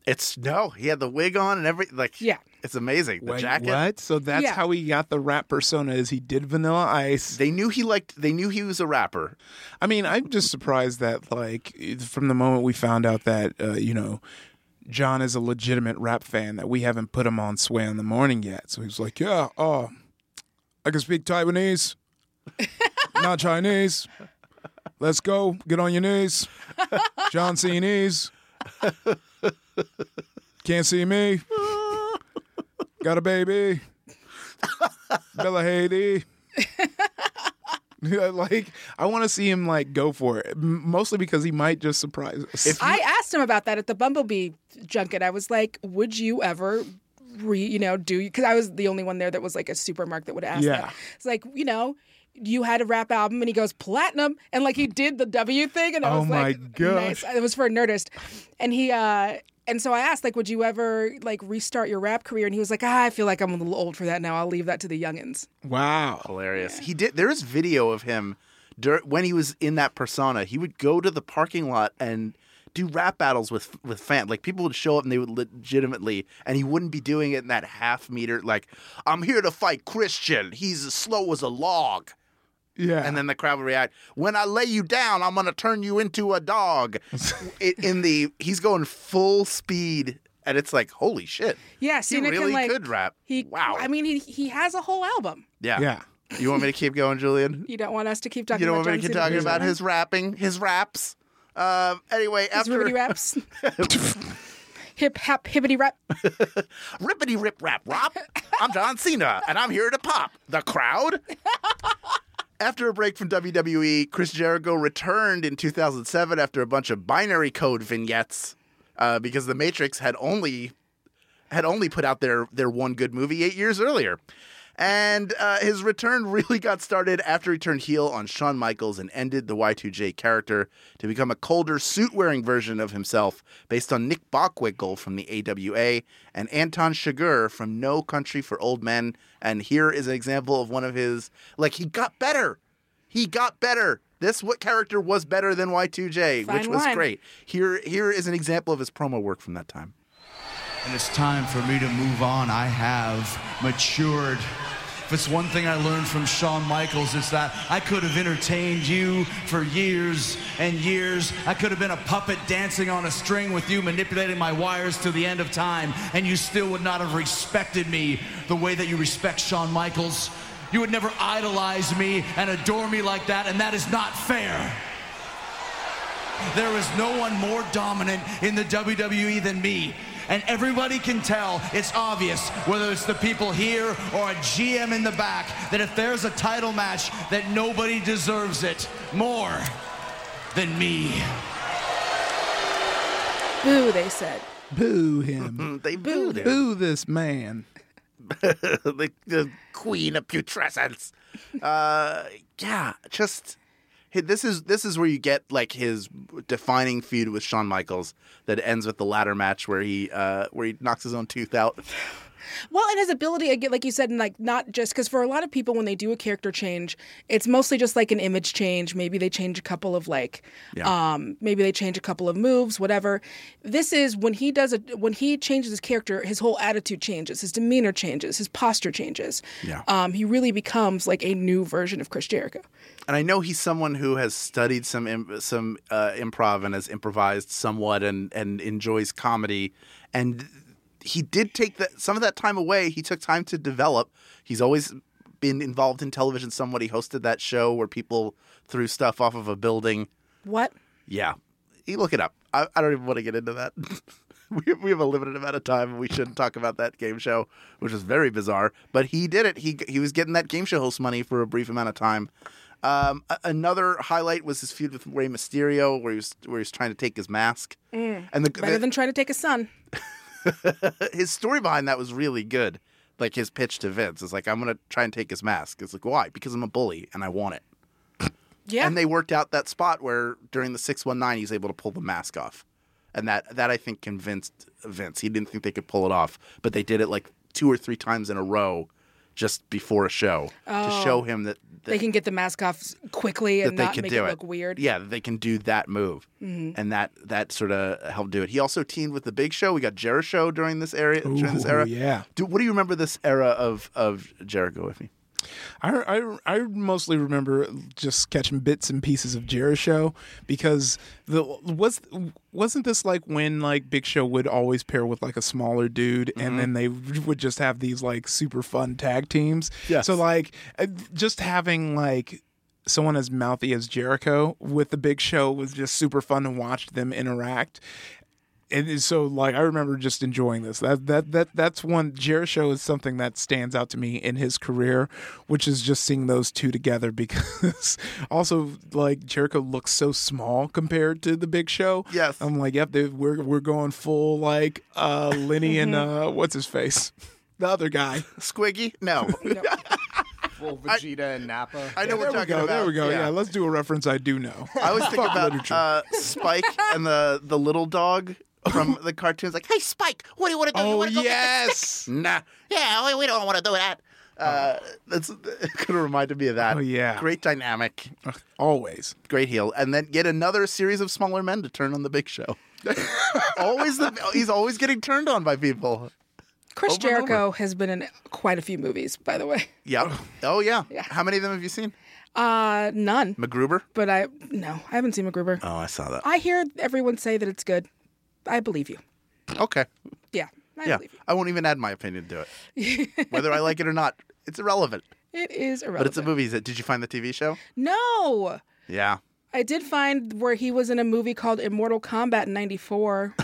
B: It's no, he had the wig on and every like.
C: Yeah.
B: it's amazing. The
D: Wait,
B: jacket.
D: What? So that's
C: Yeah.
D: how he got the rap persona. Is he did Vanilla Ice?
B: They knew he liked. They knew he was a rapper.
D: I mean, I'm just surprised that like from the moment we found out that uh, you know. John is a legitimate rap fan that we haven't put him on Sway in the Morning yet. So he's like, Yeah, uh, I can speak Taiwanese, not Chinese. Let's go. Get on your knees. John Chinese. Can't see me. Got a baby. Bella Haiti. (laughs) like I want to see him like go for it, M- mostly because he might just surprise us.
C: I asked him about that at the Bumblebee junket. I was like, "Would you ever re, you know, do cuz I was the only one there that was like a supermarket that would ask
D: Yeah.
C: that. It's like, you know, you had a rap album and he goes platinum and like he did the W thing and I
D: Oh
C: was
D: my
C: like
D: gosh.
C: nice. It was for Nerdist. And he uh and so I asked like would you ever like restart your rap career and he was like, ah, "I feel like I'm a little old for that now. I'll leave that to the youngins."
D: Wow,
B: hilarious. He did. There is video of him dur- when he was in that persona. He would go to the parking lot and do rap battles with with fans. Like people would show up and they would legitimately, and he wouldn't be doing it in that half meter. Like I'm here to fight Christian. He's as slow as a log.
D: Yeah.
B: And then the crowd would react. When I lay you down, I'm gonna turn you into a dog. in, in the he's going full speed, and it's like holy shit.
C: Yeah,
B: he
C: Cena
B: really
C: can like
B: could rap.
C: He wow. I mean, he he has a whole album.
B: Yeah. Yeah. You want me to keep going, Julian?
C: You don't want us to keep talking
B: you don't
C: about
B: want me to
C: John Cena
B: keep talking
C: for
B: about
C: long?
B: his rapping, his raps. Um, anyway,
C: His
B: after
C: ribbity
B: (laughs)
C: raps. (laughs) Hip hop hibbity rap.
B: rippity rip rap rap, I'm John Cena, and I'm here to pop the crowd.
C: (laughs)
B: After a break from WWE, Chris Jericho returned in 2007 after a bunch of binary code vignettes uh, because The Matrix had only had only put out their their one good movie eight years earlier. And uh, his return (laughs) really got started after he turned heel on Shawn Michaels and ended the Y2J character to become a colder suit wearing version of himself based on Nick Bockwinkel from the AWA and Anton Chigurh from No Country for Old Men. And here is an example of one of his, like, he got better. He got better. This what character was better than Y2J,
M: Fine
B: which was
M: wine.
B: great. Here, here is an example of his promo work from that time.
M: and it's time for me to move on. I have matured. If it's one thing I learned from Shawn Michaels, it's that I could have entertained you for years and years. I could have been a puppet dancing on a string with you, manipulating my wires to the end of time, and you still would not have respected me the way that you respect Shawn Michaels. You would never idolize me and adore me like that, and that is not fair. There is no one more dominant in the WWE than me. And everybody can tell, it's obvious, whether it's the people here or a GM in the back, that if there's a title match, that nobody deserves it more than me.
C: Boo, they said.
D: Boo him.
B: Um, they booed him.
D: Boo this man.
B: (laughs) the, the queen of putrescence. Uh, yeah, just hey, this is this is where you get like his defining feud with Shawn Michaels that ends with the ladder match where he uh, where he knocks his own tooth out.
C: Well, and his ability again, like you said, and like not just because for a lot of people when they do a character change, it's mostly just like an image change. Maybe they change a couple of like,
N: Yeah.
C: um, maybe they change a couple of moves, whatever. This is when he does a when he changes his character, his whole attitude changes, his demeanor changes, his posture changes.
B: Yeah.
C: Um, he really becomes like a new version of Chris Jericho.
B: And I know he's someone who has studied some im- some uh, improv and has improvised somewhat and and enjoys comedy. And he did take that some of that time away. He took time to develop. He's always been involved in television somewhat. He hosted that show where people threw stuff off of a building.
C: What?
B: Yeah, you look it up. I, I don't even want to get into that. (laughs) we, we have a limited amount of time, and we shouldn't talk about that game show, which was very bizarre. But he did it. He he was getting that game show host money for a brief amount of time. Um, a- another highlight was his feud with Rey Mysterio, where he was where he was trying to take his mask.
C: Mm.
B: And the-
C: better
B: the-
C: than trying to take his son.
B: (laughs) his story behind that was really good. Like his pitch to Vince is like, I'm gonna try and take his mask. It's like, why? Because I'm a bully and I want it.
C: Yeah.
B: And they worked out that spot where during the six one nine he's able to pull the mask off. And that that I think convinced Vince. He didn't think they could pull it off, but they did it like two or three times in a row just before a show
C: Oh.
B: to show him that, that
C: they can get the mask off s- quickly
B: that
C: and
B: they
C: not
B: can
C: make
B: do
C: it,
B: it.
C: look weird.
B: Yeah, that they can do that move.
C: Mhm.
B: And that that sort of helped do it. He also teamed with the Big Show. We got Jericho during this area during this
D: Ooh,
B: era.
D: yeah.
B: Do, what do you remember this era of of Jericho with me?
D: I, I, I mostly remember just catching bits and pieces of Jericho show because the was wasn't this like when like Big Show would always pair with like a smaller dude and then they would just have these like super fun tag teams. Yeah. So like uh, just having like someone as mouthy as Jericho with the Big Show was just super fun to watch them interact. And it's so, like, I remember just enjoying this. That that that that's one. Jericho is something that stands out to me in his career, which is just seeing those two together. (laughs) Because also, like, Jericho looks so small compared to the Big Show.
B: Yes,
D: I'm like, yep, they, we're we're going full like uh, Lenny and
B: Mhm.
D: uh, what's his face, (laughs) the other guy,
B: Squiggy.
D: (laughs)
B: No, (laughs)
E: Well, Vegeta and Nappa.
B: I
D: there
B: know what
D: we
B: you're talking
D: go,
B: about.
D: There we go. Yeah.
B: Yeah.
D: let's do a reference I do
B: (laughs)
D: know.
B: I always think
D: Fuck
B: about
D: literature.
B: uh, Spike and the the little dog from the cartoons. Like, hey Spike, what do you want to do? you
D: Oh,
B: want to go get the
D: yes!
B: (laughs) stick? Nah, yeah, we, we don't want to do that. Uh, that's it kind of reminded me of that. Oh yeah, great dynamic,
D: always
B: great heel, and then get another series of smaller men to turn on the big (laughs) show. always the he's always getting turned on by people.
C: Chris
B: Over and over.
C: Jericho has been in quite a few movies, by the way.
B: Yeah. Oh yeah. How many of them have you seen?
C: Uh, none.
B: MacGruber.
C: But I no, I haven't seen MacGruber.
B: Oh, I saw that.
C: I hear everyone say that it's good. I believe you.
B: Okay.
C: Yeah, I
B: yeah.
C: believe
B: I won't even add my opinion to it,
C: you. (laughs)
B: whether I like it or not. It's irrelevant.
C: it is irrelevant.
B: But it's a movie. Is it? Did you find the TV show?
C: No,
B: Yeah.
C: I did find where he was in a movie called Immortal Kombat in
B: (laughs)
C: '94.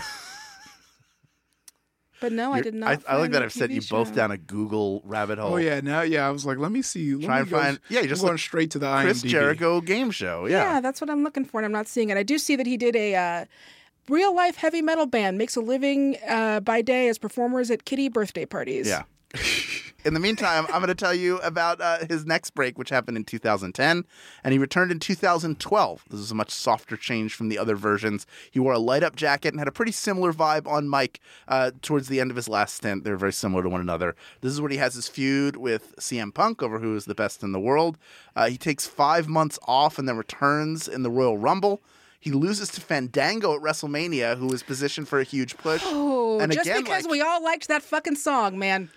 C: but no, I
B: You're-
C: did not.
B: I, like
C: find
B: that
C: the
B: I've sent
C: TV
B: you both
C: show.
B: down a Google rabbit hole.
D: Oh yeah, now yeah, I was like, let me see. Let
B: Try
D: me
B: and
D: go-
B: find- yeah, you just
D: I'm going
B: look-
D: straight to the
B: Chris
D: IMDb.
B: Jericho game show.
C: Yeah.
B: Yeah.
C: that's what I'm looking for, and I'm not seeing it. I do see that he did a uh, real life heavy metal band, makes a living uh, by day as performers at kitty birthday parties.
B: Yeah. (laughs) In the meantime, I'm going to tell you about uh, his next break, which happened in 2010, and he returned in 2012. This is a much softer change from the other versions. He wore a light up jacket and had a pretty similar vibe on Mike uh, towards the end of his last stint. They're very similar to one another. This is where he has his feud with CM Punk over who is the best in the world. Uh, he takes five months off and then returns in the Royal Rumble. He loses to Fandango at WrestleMania, who was positioned for a huge push.
C: No,
B: And
C: Oh, just
B: again,
C: because
B: like-
C: we all liked that fucking song,
B: (laughs)
C: man.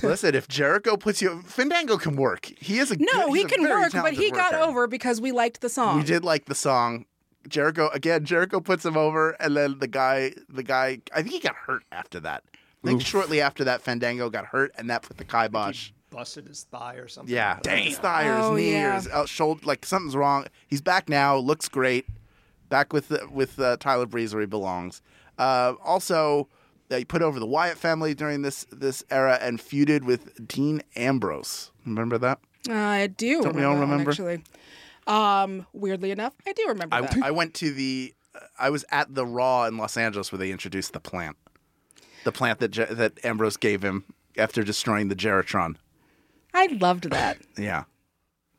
B: Listen, if Jericho puts you, Fandango can work. He is a
C: No,
B: good-
C: he
B: he's a
C: can
B: very
C: work, but
B: talented
C: he got
B: worker.
C: over because we liked the song.
B: We did like the song. Jericho again. Jericho puts him over, and then the guy, the guy, I think he got hurt after that. I think shortly after that, Fandango got hurt, and that put the kibosh.
E: Busted his thigh or something.
B: Yeah, his thigh or his
E: Oh,
B: knee or
E: yeah.
B: his out- shoulder, like something's wrong. He's back now. Looks great. Back with the, with uh, Tyler Breeze where he belongs. Uh, also, they put over the Wyatt family during this this era and feuded with Dean Ambrose. Remember that?
C: I do.
B: Don't we all
C: remember? that one,
B: remember?
C: Actually, um, weirdly enough, I do remember
B: I,
C: that.
B: I went to the I was at the Raw in Los Angeles where they introduced the plant, the plant that Je- that Ambrose gave him after destroying the Geritron.
C: I loved that.
B: Yeah,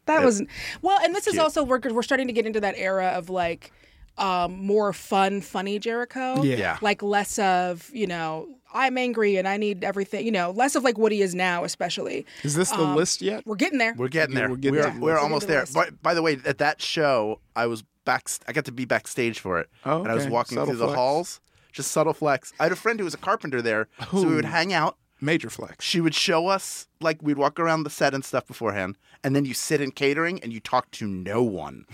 C: That
B: It-
C: was well, and this is
B: cute.
C: also we're we're starting to get into that era of like um, more fun, funny Jericho.
B: Yeah. Yeah.
C: like less of you know I'm angry and I need everything. You know, less of like what he is now, especially.
D: Is this the list yet?
C: Um, We're getting there.
B: we're getting there.
D: we're
B: We're,
D: getting
B: we're,
D: to the list.
B: almost
C: We're
B: there.
C: getting to the
B: By, by the way, at that show, I was back. I got to be backstage for it,
D: Oh,
B: and I was
D: okay.
B: walking
D: Subtle
B: through the
D: flex.
B: halls. Just subtle flex. I had a friend who was a carpenter there, so we would
D: Ooh.
B: hang out.
D: Major flex.
B: She would show us like we'd walk around the set and stuff beforehand, and then you sit in catering and you talk to
D: (sighs)
B: no one.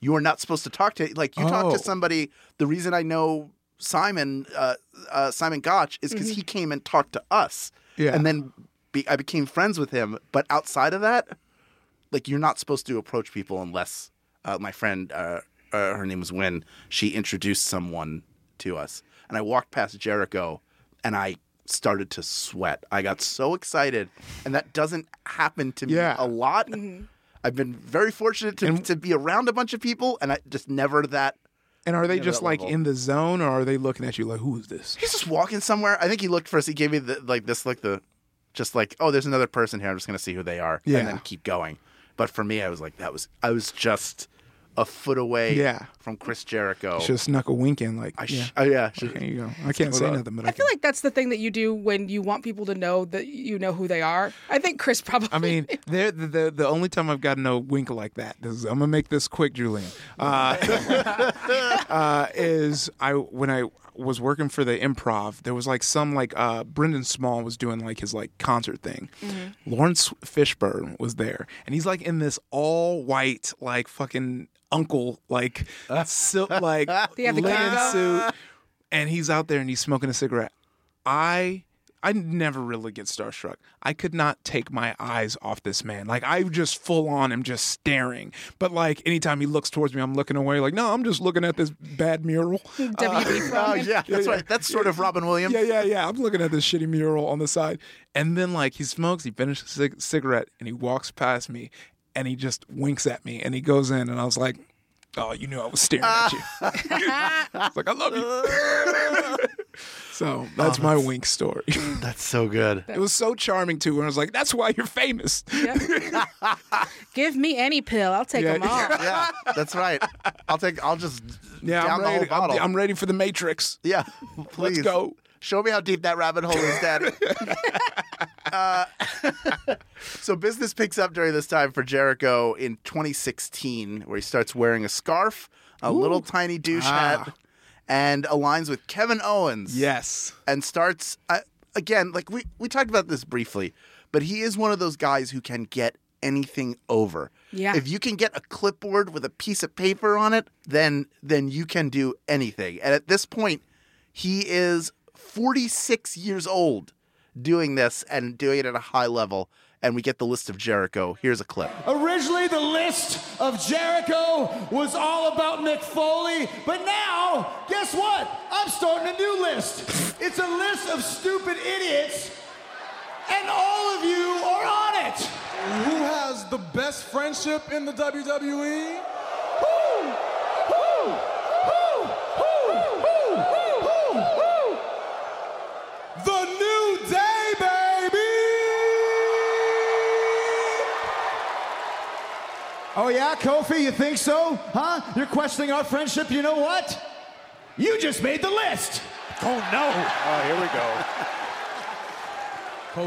B: you are not supposed to talk to like you talk
D: Oh.
B: to somebody. The reason I know Simon uh, uh, Simon Gotch is because he came and talked to us,
D: Mm-hmm. Yeah.
B: and then be, I became friends with him. But outside of that, like you're not supposed to approach people unless uh, my friend uh, uh, her name was Wynn. She introduced someone to us, and I walked past Jericho, and I started to sweat. I got so excited, and that doesn't happen to me
D: Yeah.
B: a lot. I've been very fortunate to, to be around a bunch of people, and I just never that.
D: And are they
B: never
D: just
B: that
D: like
B: level.
D: in the zone, or are they looking at you like, who is this?
B: He's just walking somewhere. I think he looked first. He gave me the, like this, like the, just like oh, there's another person here. I'm just gonna see who they are,
D: Yeah.
B: and then keep going. But for me, I was like, that was I was just a foot away,
D: Yeah.
B: from Chris Jericho.
D: Should snuck a wink in, like,
B: I
D: yeah.
B: sh- oh, yeah, should-
D: okay, you go. I can't say
B: Hold on.
D: nothing, but I,
C: I feel like that's the thing that you do when you want people to know that you know who they are. I think Chris probably.
D: (laughs) I mean, they're the, the the only time I've gotten a wink like that. This is, I'm gonna make this quick, Julian. Uh, (laughs) uh, is I when I was working for the improv, there was like some like uh, Brendan Small was doing like his like concert thing.
C: Mm-hmm.
D: Lawrence Fishburne was there, and he's like in this all white like fucking uncle like silk like
C: Do you have the
D: linen
C: camo?
D: suit, and he's out there and he's smoking a cigarette. I I never really get starstruck. I could not take my eyes off this man. Like I just full on am just staring. But like anytime he looks towards me, I'm looking away. Like no, I'm just looking at this bad mural.
C: WB
B: oh yeah, that's
D: yeah.
B: right. That's sort of Robin Williams.
D: Yeah, yeah, yeah. I'm looking at this shitty mural on the side. And then like he smokes, he finishes a cig- cigarette, and he walks past me, and he just winks at me, and he goes in, and I was like, oh, you knew I was staring at you. (laughs) It's like I love you. (laughs) so that's my wink story. (laughs)
B: That's so good.
D: It was so charming too, and I was like, "That's why you're famous."
C: give me any pill, I'll take
D: Yeah.
C: them all.
B: (laughs) yeah, that's right. I'll take. I'll just
D: Yeah,
B: down
D: I'm
B: the
D: ready.
B: whole
D: I'm-
B: bottle.
D: I'm, ready for the Matrix.
B: Yeah, please
D: go.
B: Show me how deep that rabbit hole is, Dad. uh, (laughs) so business picks up during this time for Jericho in 2016, where he starts wearing a scarf, a little tiny douche hat, and aligns with Kevin Owens.
D: Yes.
B: and starts uh, again. Like we we talked about this briefly, but he is one of those guys who can get anything over.
C: Yeah.
B: If you can get a clipboard with a piece of paper on it, then then you can do anything. And at this point, he is 46 years old doing this and doing it at a high level. And we get the list of Jericho. Here's a clip.
F: Originally, the list of Jericho was all about Mick Foley, but now, guess what? I'm starting a new list. It's a list of stupid idiots, and all of you are on it. Who has the best friendship in the E? WWE? Who? Who? Who? Who? Who? Who? Who? The New Day, baby! Oh, yeah, Kofi, you think so? Huh? You're questioning our friendship? You know what? You just made the list! Oh, no! Oh, here we go.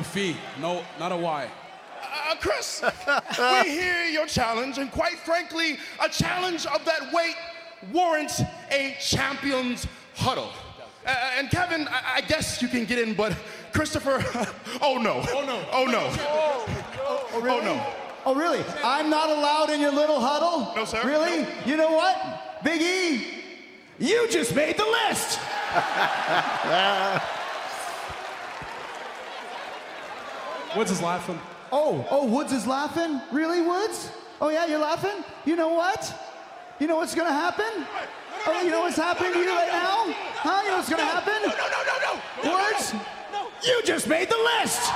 N: Kofi, no, not a Y.
O: Uh, Chris, we hear your challenge, and quite frankly, a challenge of that weight warrants a champion's huddle. Uh, and Kevin, I, I guess you can get in, but Christopher, (laughs) oh no. Oh no. Oh no.
F: Oh,
O: oh,
F: really?
O: no.
F: Oh, really? I'm not allowed in your little huddle? No, sir. Really? You know what? Big E, you just made the list!
N: Woods is laughing.
F: Oh, oh, Woods is laughing? Really, Woods? Oh, yeah, you're laughing? You know what? You know what's gonna happen? Oh, you know what's happening to you right now? Huh? You know what's gonna happen? No, no, no, no, no! Woods? You just made the list!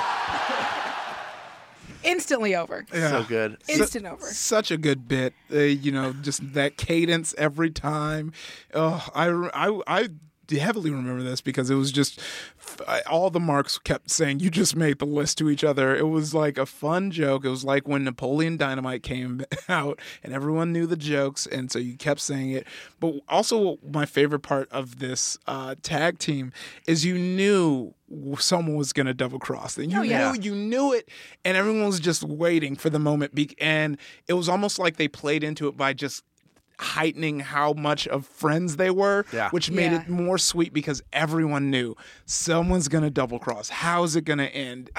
C: Instantly over.
D: Yeah.
B: So good.
C: Instant over.
D: Such a good bit. Uh, you know, just that cadence every time. Oh, I, re- I, I heavily remember this because it was just I- all the marks kept saying, You just made the list to each other. It was like a fun joke. It was like when Napoleon Dynamite came (laughs) out and everyone knew the jokes. And so you kept saying it. But also, my favorite part of this uh, tag team is you knew someone was going to double cross them. You
J: Oh, yeah.
D: knew you knew it, and everyone was just waiting for the moment. Be- and it was almost like they played into it by just heightening how much of friends they were,
J: Yeah.
D: which made
J: Yeah.
D: it more sweet because everyone knew someone's going to double cross. How is it going to end?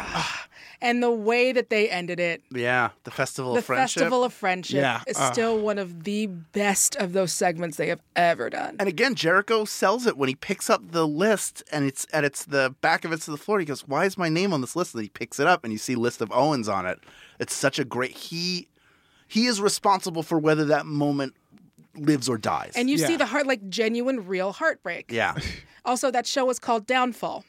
C: And the way that they ended it,
B: Yeah, the festival
C: the
B: of friendship.
C: Festival of Friendship,
B: Yeah,
C: is
B: uh.
C: still one of the best of those segments they have ever done.
B: And again, Jericho sells it when he picks up the list and it's and it's the back of it's to the floor. He goes, "Why is my name on this list?" And he picks it up and you see list of Owens on it. It's such a great he he is responsible for whether that moment lives or dies.
C: And you see the heart, like genuine, real heartbreak.
B: yeah.
C: Also, that show was called Downfall.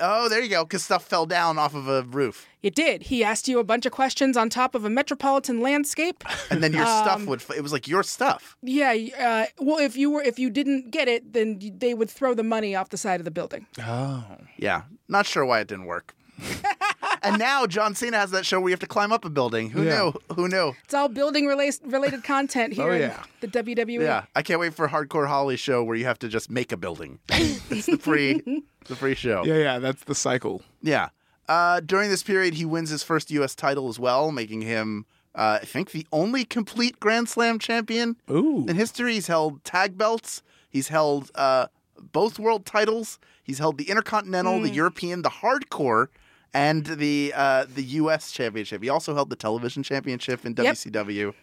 B: Oh, there you go. Because stuff fell down off of a roof,
C: It did. He asked you a bunch of questions on top of a metropolitan
B: (laughs)
C: landscape.
B: and then your
C: Um,
B: stuff would. f- It was like your stuff.
C: Yeah. Uh, well, if you were, if you didn't get it, then y- they would throw the money off the side of the
B: (laughs)
C: building.
B: Oh. Yeah. Not sure why it
C: (laughs)
B: didn't work. and now John Cena has that show where you have to climb up a building. Who
C: Yeah.
B: knew? Who knew?
C: It's all building related related content here.
B: Oh,
C: in
B: yeah.
C: the E. WWE.
B: Yeah. I can't wait for Hardcore Holly show where you have to just make a building. it's the free the free show.
D: Yeah, yeah, that's the cycle.
B: Yeah. Uh, during this period, he wins his first U.S. title as well, making him, uh, I think, the only complete Grand Slam champion in history. He's held tag belts, he's held uh, both world titles, he's held the Intercontinental, the European, the Hardcore, and the uh, the U.S. championship. He also held the Television Championship in
C: Yep.
B: WCW,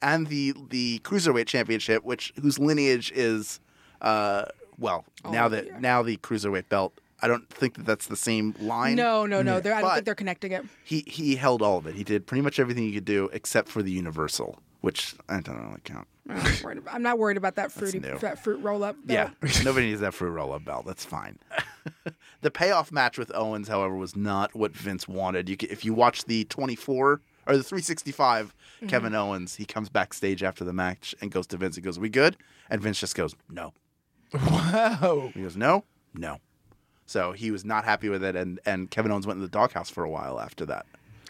B: and the the Cruiserweight Championship, which whose lineage is, uh, well, now that now the Cruiserweight belt. I don't think that that's the same line.
C: No, no, no. They're, I don't
B: But
C: think they're connecting it.
B: he he held all of it. He did pretty much everything he could do except for the Universal, which I don't really count.
C: I'm not worried about, I'm not worried about
B: (laughs)
C: that fruity
B: new.
C: that fruit roll up.
B: Yeah, (laughs) nobody needs that fruit roll-up belt. That's fine. (laughs) the payoff match with Owens, however, was not what Vince wanted. You, ca- if you watch the 24 or the 365, Kevin Owens, he comes backstage after the match and goes to Vince and goes, "We good?" And Vince just goes, "No."
D: Wow.
B: He goes, "No, no." So he was not happy with it, and and Kevin Owens went in the doghouse for a while after that.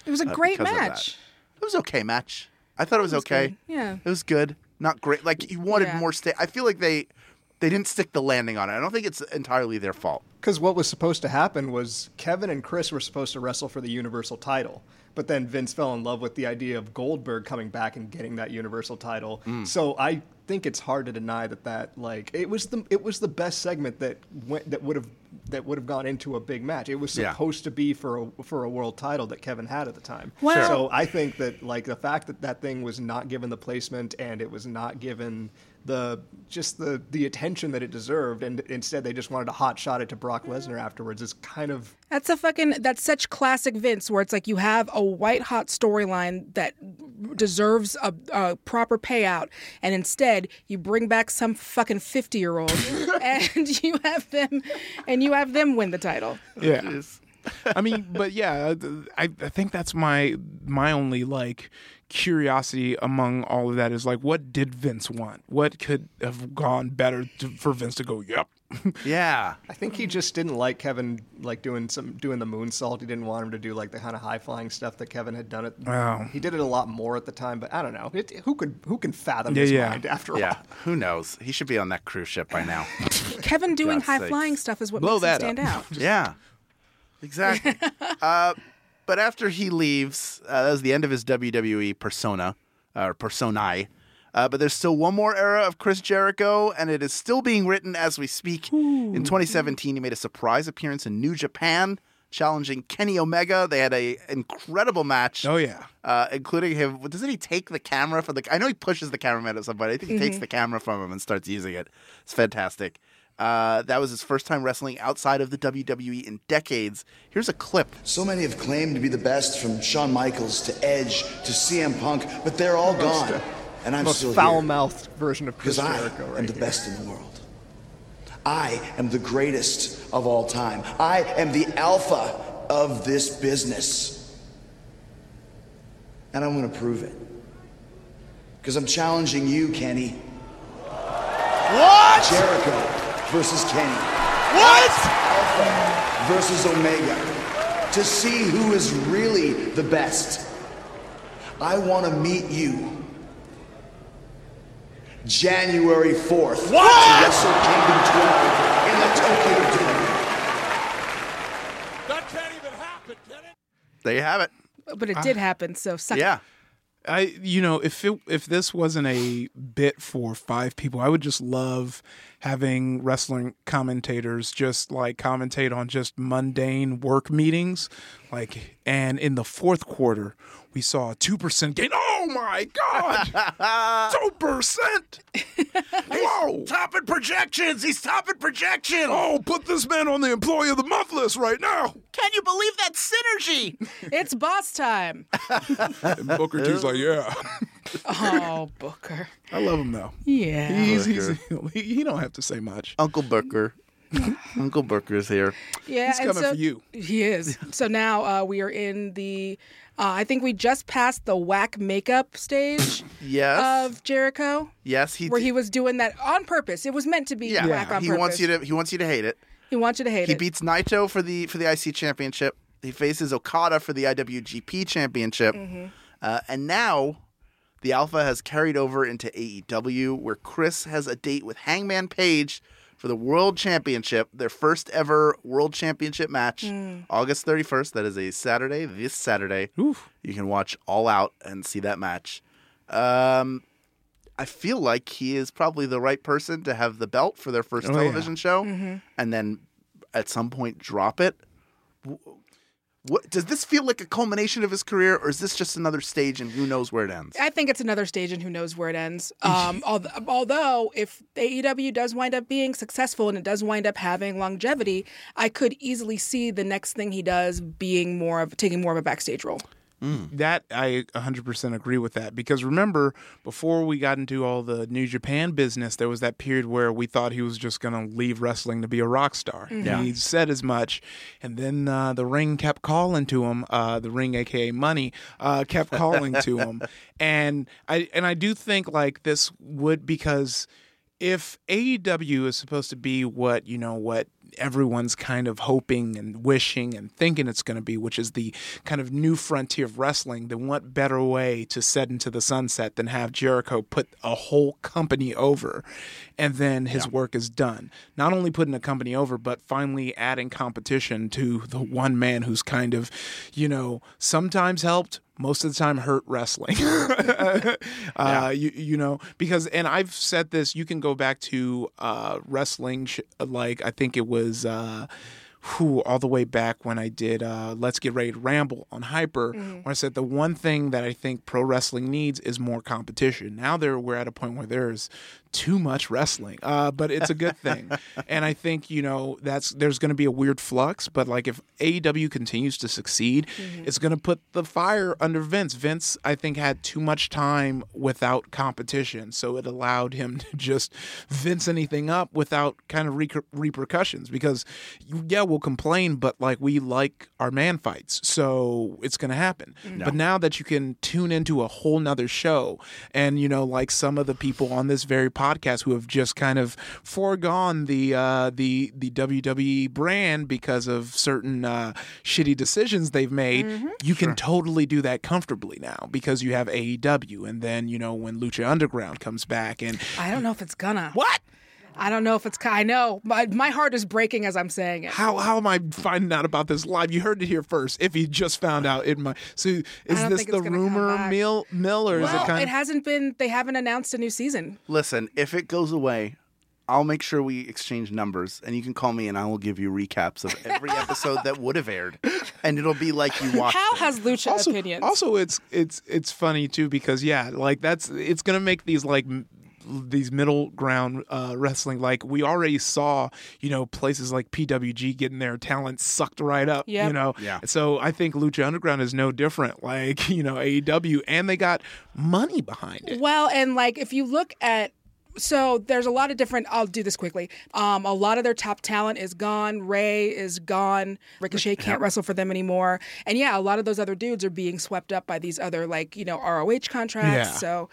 C: It was a
B: uh,
C: great
B: because of that.
C: match.
B: It was okay match. I thought it was, okay.
C: good. Yeah.
B: It was good. Not great. Like you wanted
C: Yeah.
B: more stay. I feel like they they didn't stick the landing on it. I don't think it's entirely their fault.
E: Because what was supposed to happen was Kevin and Chris were supposed to wrestle for the Universal title. But then Vince fell in love with the idea of Goldberg coming back and getting that Universal title. So I think it's hard to deny that that like it was the it was the best segment that went that would have that would have gone into a big match. It was
F: Yeah.
E: supposed to be for a for a world title that Kevin had at the time.
F: Well- Sure.
E: So I think that like the fact that that thing was not given the placement and it was not given the just the the attention that it deserved, and instead they just wanted to hot shot it to Brock Lesnar afterwards is kind of
C: That's a fucking that's such classic Vince where it's like you have a white hot storyline that deserves a, a proper payout and instead you bring back some fucking 50 year
B: (laughs)
C: old and you have them and you have them win the title. (laughs)
D: Yeah. I mean, but yeah, I, I think that's my my only like curiosity among all of that is like, what did Vince want? What could have gone better to, for Vince to go? Yep. (laughs)
B: Yeah.
E: I think he just didn't like Kevin like doing some doing the moonsault. He didn't want him to do like the kind of high flying stuff that Kevin had done. It
B: Wow.
E: he did it a lot more at the time, but I don't know. It, who could who can fathom
B: Yeah,
E: his
B: yeah.
E: mind after all?
B: Yeah. (laughs) Who knows? He should be on that cruise ship by now.
C: Kevin doing
B: God's sakes.
C: high flying stuff is what
B: Blow
C: makes
B: that
C: him stand
B: up.
C: out.
B: (laughs) yeah. Exactly. uh, but after he leaves, uh, that was the end of his WWE persona or E personae. Uh, but there's still one more era of Chris Jericho, and it is still being written as we speak. In 2017, he made a surprise appearance in New Japan, challenging Kenny Omega. They had a incredible match.
D: Oh yeah,
B: uh, including him. Doesn't he take the camera for the? I know he pushes the cameraman at somebody. I think he takes
D: Mm-hmm.
P: Mhm.
B: the camera from him and starts using it. It's fantastic. Uh, that was his first time wrestling outside of the WWE in decades. Here's a clip.
Q: So many have claimed to be the best, from Shawn Michaels to Edge to CM Punk, but they're all
E: Most, uh,
Q: gone. And I'm
E: most
Q: still
E: foul-mouthed version of Chris
Q: Because I
E: Jericho right
Q: am the
E: here.
Q: best in the world. I am the greatest of all time. I am the alpha of this business. And I'm going to prove it. Because I'm challenging you, Kenny. What? Jericho versus Kenny. What? Versus Omega to see who is really the best. I want to meet you January 4th. What? To Wrestle Kingdom 12 in the Tokyo Dome.
B: There you have it.
C: But
B: (laughs)
C: it did happen, so suck it.
D: I you know if it, if this wasn't a bit for five people, I would just love having wrestling commentators just like commentate on just mundane work meetings, like and in the fourth quarter we saw a two percent gain. Oh my
B: (laughs)
D: god, two percent! Whoa,
B: topping projections. He's topping projections.
D: Oh, put this man on the employee of the month list right now.
B: Can you believe that synergy?
C: it's boss
B: (laughs)
C: time.
D: And Booker T's like, yeah,
C: Oh, Booker.
D: I love him though.
C: Yeah.
D: he's, he's, (laughs) he, he don't have to say much.
B: (laughs)
D: Um,
B: Uncle Booker. (laughs) Uncle Booker's here.
C: Yeah,
D: He's
C: and
D: coming
C: so-
D: for you.
C: He
B: (laughs)
C: is. So now uh, we are in the. Uh, I think we just passed the whack makeup stage
B: Yes.
C: of Jericho,
B: yes, he
C: Um, where he was doing that on purpose. It was meant to be
B: yeah.
C: whack on
B: he
C: purpose.
B: wants you to he wants you to hate it.
C: He wants you to hate
B: He
C: it.
B: beats Naito for the for the IC championship. He faces Okada for the IWGP championship.
C: Mhm.
B: Uh, and now the Alpha has carried over into AEW where Chris has a date with Hangman Page for the World Championship, their first ever World Championship match,
C: Hmm.
P: Mm.
B: August 31st. That is a Saturday, this Saturday. You can watch All Out and see that match. Um, I feel like he is probably the right person to have the belt for their first
D: Oh, yeah.
B: television show
C: Mm-hmm.
B: and then at some point drop it. W- What does this feel like a culmination of his career, or is this just another stage and who knows where it ends?
C: I think it's another stage, and who knows where it
B: (laughs)
C: ends. Um, although, although, if AEW does wind up being successful and it does wind up having longevity, I could easily see the next thing he does being more of taking more of a backstage role.
D: That I 100% agree with that because remember before we got into all the New Japan business, there was that period where we thought he was just going to leave wrestling to be a rock star.
P: Mhm. Yeah.
D: He said as much, and then uh, the ring kept calling to him. Uh, the ring, aka Money, uh, kept calling to him, and I and I do think like this would because if AEW is supposed to be what you know what everyone's kind of hoping and wishing and thinking it's going to be, which is the kind of new frontier of wrestling, then what better way to set into the sunset than have Jericho put a whole company over, and then his work is done. Not only putting a company over, but finally adding competition to the one man who's kind of, you know, sometimes helped. Most of the time, hurt wrestling. (laughs) Uh, you, you know, because, and I've said this, you can go back to uh, wrestling, sh- like, I think it was. Uh, who all the way back when I did uh, Let's Get Ready to Ramble on Hyper, where I said the one thing that I think pro wrestling needs is more competition. Now there we're at a point where there's too much wrestling, uh, but it's a good thing. and I think you know that's there's going to be a weird flux, but like if AEW continues to succeed, it's going to put the fire under Vince. Vince, I think, had too much time without competition, so it allowed him (laughs) to just Vince anything up without kind of reper- repercussions. Because yeah, we'll complain, but like we like our man fights, so it's going to happen.
C: Mm-hmm.
P: No.
D: But now that you can tune into a whole nother show, and you know, like some of the people on this very podcast who have just kind of foregone the uh, the the WWE brand because of certain uh, shitty decisions they've made,
C: Mm-hmm.
D: you can totally do that comfortably now because you have E AEW, and then you know when Lucha Underground comes back, and
C: I don't know if it's gonna.
D: What?
C: I don't know if it's. I know my my heart is breaking as I'm saying it.
D: How how am I finding out about this live? You heard it here first. If you just found out in my so is
C: don't
D: this
C: think
D: the
C: it's gonna come
D: rumor
C: back.
D: mill mill or is
C: Well,
D: it kind
C: it hasn't been. They haven't announced a new season.
B: Listen, if it goes away, I'll make sure we exchange numbers and you can call me and I will give you recaps of every episode that would have aired. And it'll be like you watched.
C: How has Lucha
D: also,
C: opinions?
D: Also, it's it's it's funny too because yeah, like that's it's gonna make these like m- these middle ground uh, wrestling like we already saw you know places like PWG getting their talent sucked right up
J: Yep.
D: you know
J: Yeah.
D: so I think Lucha Underground is no different like (laughs) you know AEW and they got money behind it
C: Well, and like if you look at so there's a lot of different I'll do this quickly. Um, a lot of their top talent is gone. Ray is gone. Ricochet can't wrestle for them anymore. And yeah, a lot of those other dudes are being swept up by these other like, you know, ROH contracts.
D: Yeah.
C: So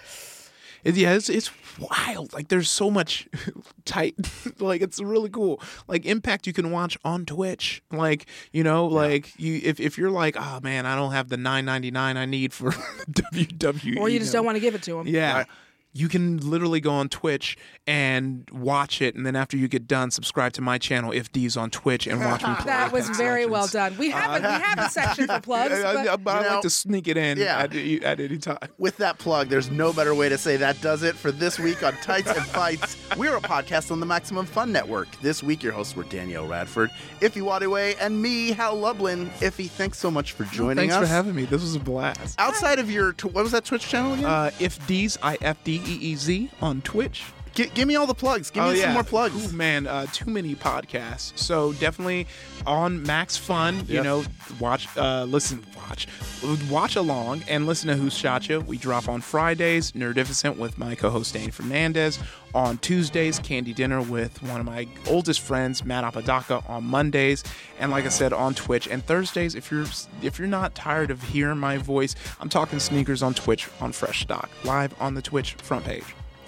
D: It- yeah, it's, it's wild. Like there's so much (laughs) tight. like it's really cool. Like Impact you can watch on Twitch. Like you know, like you if, if you're like, oh man, I don't have the 9.99 I need for (laughs) WWE,
C: or you just don't want to give it to them.
D: Yeah. You can literally go on Twitch and watch it, and then after you get done, subscribe to my channel if D's on Twitch and
C: (laughs)
D: watch me play.
C: That was very well done. We have a, we have a section
D: (laughs)
C: for plugs.
D: I- I-
C: But
D: but I like to sneak it in
B: Yeah.
D: at, at any time.
B: With that plug, there's no better way to say that does it for this week on Tights and Fights. We're a podcast on the Maximum Fun Network. This week, your hosts were Danielle Radford, Iffy Wadaway, and me, Hal Lublin. Iffy, thanks so much for joining
D: Thanks
B: us.
D: for having me. This was a blast.
B: Outside of your, tw- what was that Twitch channel again?
D: Uh, if D's I F D E E Z on Twitch.
B: G- give me all the plugs. Give me some more
D: plugs. oh, Ooh, man, uh, too many podcasts. So definitely on Max Fun. You
B: Yep.
D: know, watch, uh, listen, watch, watch along, and listen to Who Shot Ya. We drop on Fridays, Nerdificent with my co-host Dane Fernandez. On Tuesdays, Candy Dinner with one of my oldest friends, Matt Apodaca. On Mondays, and like I said, on Twitch. And Thursdays, if you're if you're not tired of hearing my voice, I'm talking sneakers on Twitch on Fresh Stock live on the Twitch front page.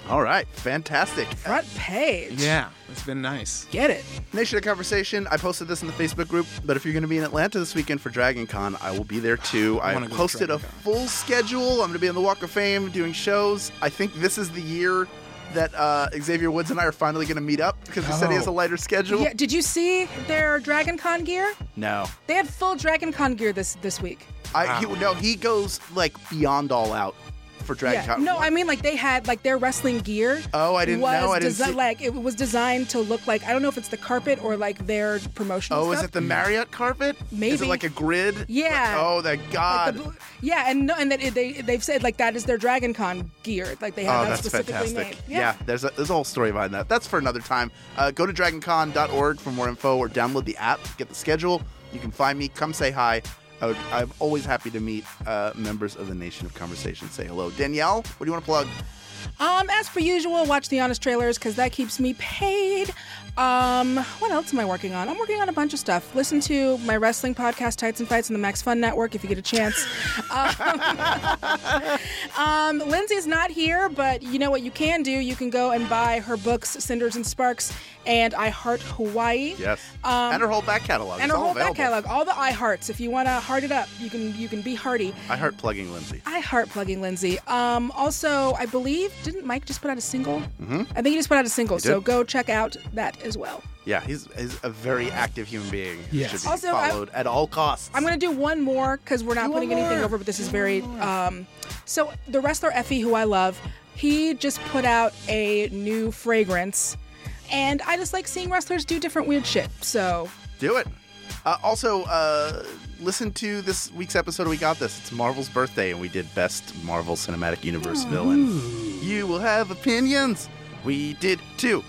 B: All right, fantastic.
C: Front page.
D: Yeah, it's been nice.
C: Get it.
B: Nation of Conversation. I posted this in the Facebook group, but if you're going to be in Atlanta this weekend for Dragon Con, I will
C: (sighs)
B: be there too. I,
D: wanna go to
B: posted a
D: Dragon
B: full schedule. I'm going to be on the Walk of Fame doing shows. I think this is the year that uh, Xavier Woods and I are finally going to meet up because we said he has a
C: Oh.
B: lighter schedule.
C: Yeah, did you see their Dragon Con gear?
B: No.
C: They had full Dragon Con gear this this week.
B: I, he, no, he goes like beyond all out for Dragon
C: Yeah.
B: Con.
C: No, I mean like they had like their wrestling gear.
B: Oh, I didn't
C: was
B: know. I didn't
C: desi-
B: see-
C: Like it was designed to look like I don't know if it's the carpet or like their promotional.
B: Oh, is
C: stuff.
B: it the Marriott carpet? Is
C: Maybe.
B: it like a grid?
C: Yeah.
B: oh, thank God.
C: Yeah, and no, and that it- they they've said like that is their Dragon Con gear. Like they have
B: oh,
C: that
B: that's
C: specifically
B: fantastic.
C: made.
B: Yeah, there's, a, there's a whole story behind that. That's for another time. Uh, go to dragoncon.org for more info or download the app, get the schedule. You can find me. Come say hi. I would, I'm always happy to meet uh, members of the Nation of Conversation. Say hello. Danielle, what do you want to plug?
C: Um, as per usual, watch the honest trailers because that keeps me paid. Um, what else am I working on? I'm working on a bunch of stuff. Listen to my wrestling podcast, Tights and Fights, on the Max Fun Network if you get a chance. um, um, Lindsay's not here, but you know what you can do? You can go and buy her books, Cinders and Sparks, and I Heart Hawaii.
B: Yes.
C: Um,
B: and her whole back catalog.
C: and
B: It's
C: her
B: all
C: whole
B: available.
C: back catalog, all the I hearts. If you want to heart it up, you can you can be hearty.
B: I heart plugging Lindsay.
C: I heart plugging Lindsay. Um, also, I believe didn't Mike just put out a single?
B: Mm-hmm.
C: I think he just put out a single,
B: He
C: so
B: did.
C: go check out that as well.
B: Yeah, he's, he's a very active human being. who
C: Yes.
B: Should be
C: Also, I-
B: followed at all costs.
C: I'm gonna do one more because we're not putting anything
B: more.
C: over, but this is very. Um, so the wrestler Effie, who I love, he just put out a new fragrance, and I just like seeing wrestlers do different weird shit. So
B: Do it. Uh, also, uh, listen to this week's episode of We Got This. It's Marvel's birthday, and we did Best Marvel Cinematic Universe Villain. You will have opinions. We did too.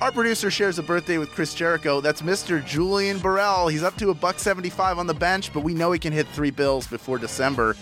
B: Our producer shares a birthday with Chris Jericho. That's Mr. Julian Burrell. He's up to a buck 75 on the bench, but we know he can hit three bills before December.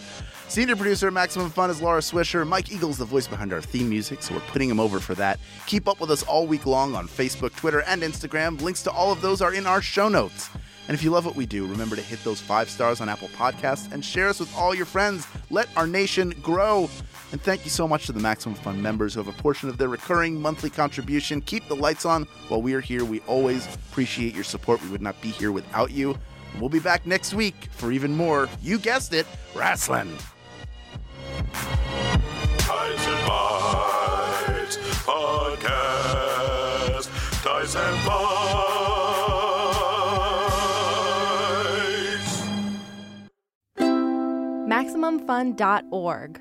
B: Senior producer at Maximum Fun is Laura Swisher. Mike Eagle's the voice behind our theme music, so we're putting him over for that. Keep up with us all week long on Facebook, Twitter, and Instagram. Links to all of those are in our show notes. And if you love what we do, remember to hit those five stars on Apple Podcasts and share us with all your friends. Let our nation grow. And thank you so much to the Maximum Fund members who have a portion of their recurring monthly contribution. Keep the lights on while we are here. We always appreciate your support. We would not be here without you. And we'll be back next week for even more, you guessed it, wrestling.
A: Tights and Fights Podcast.
R: MaximumFun.org.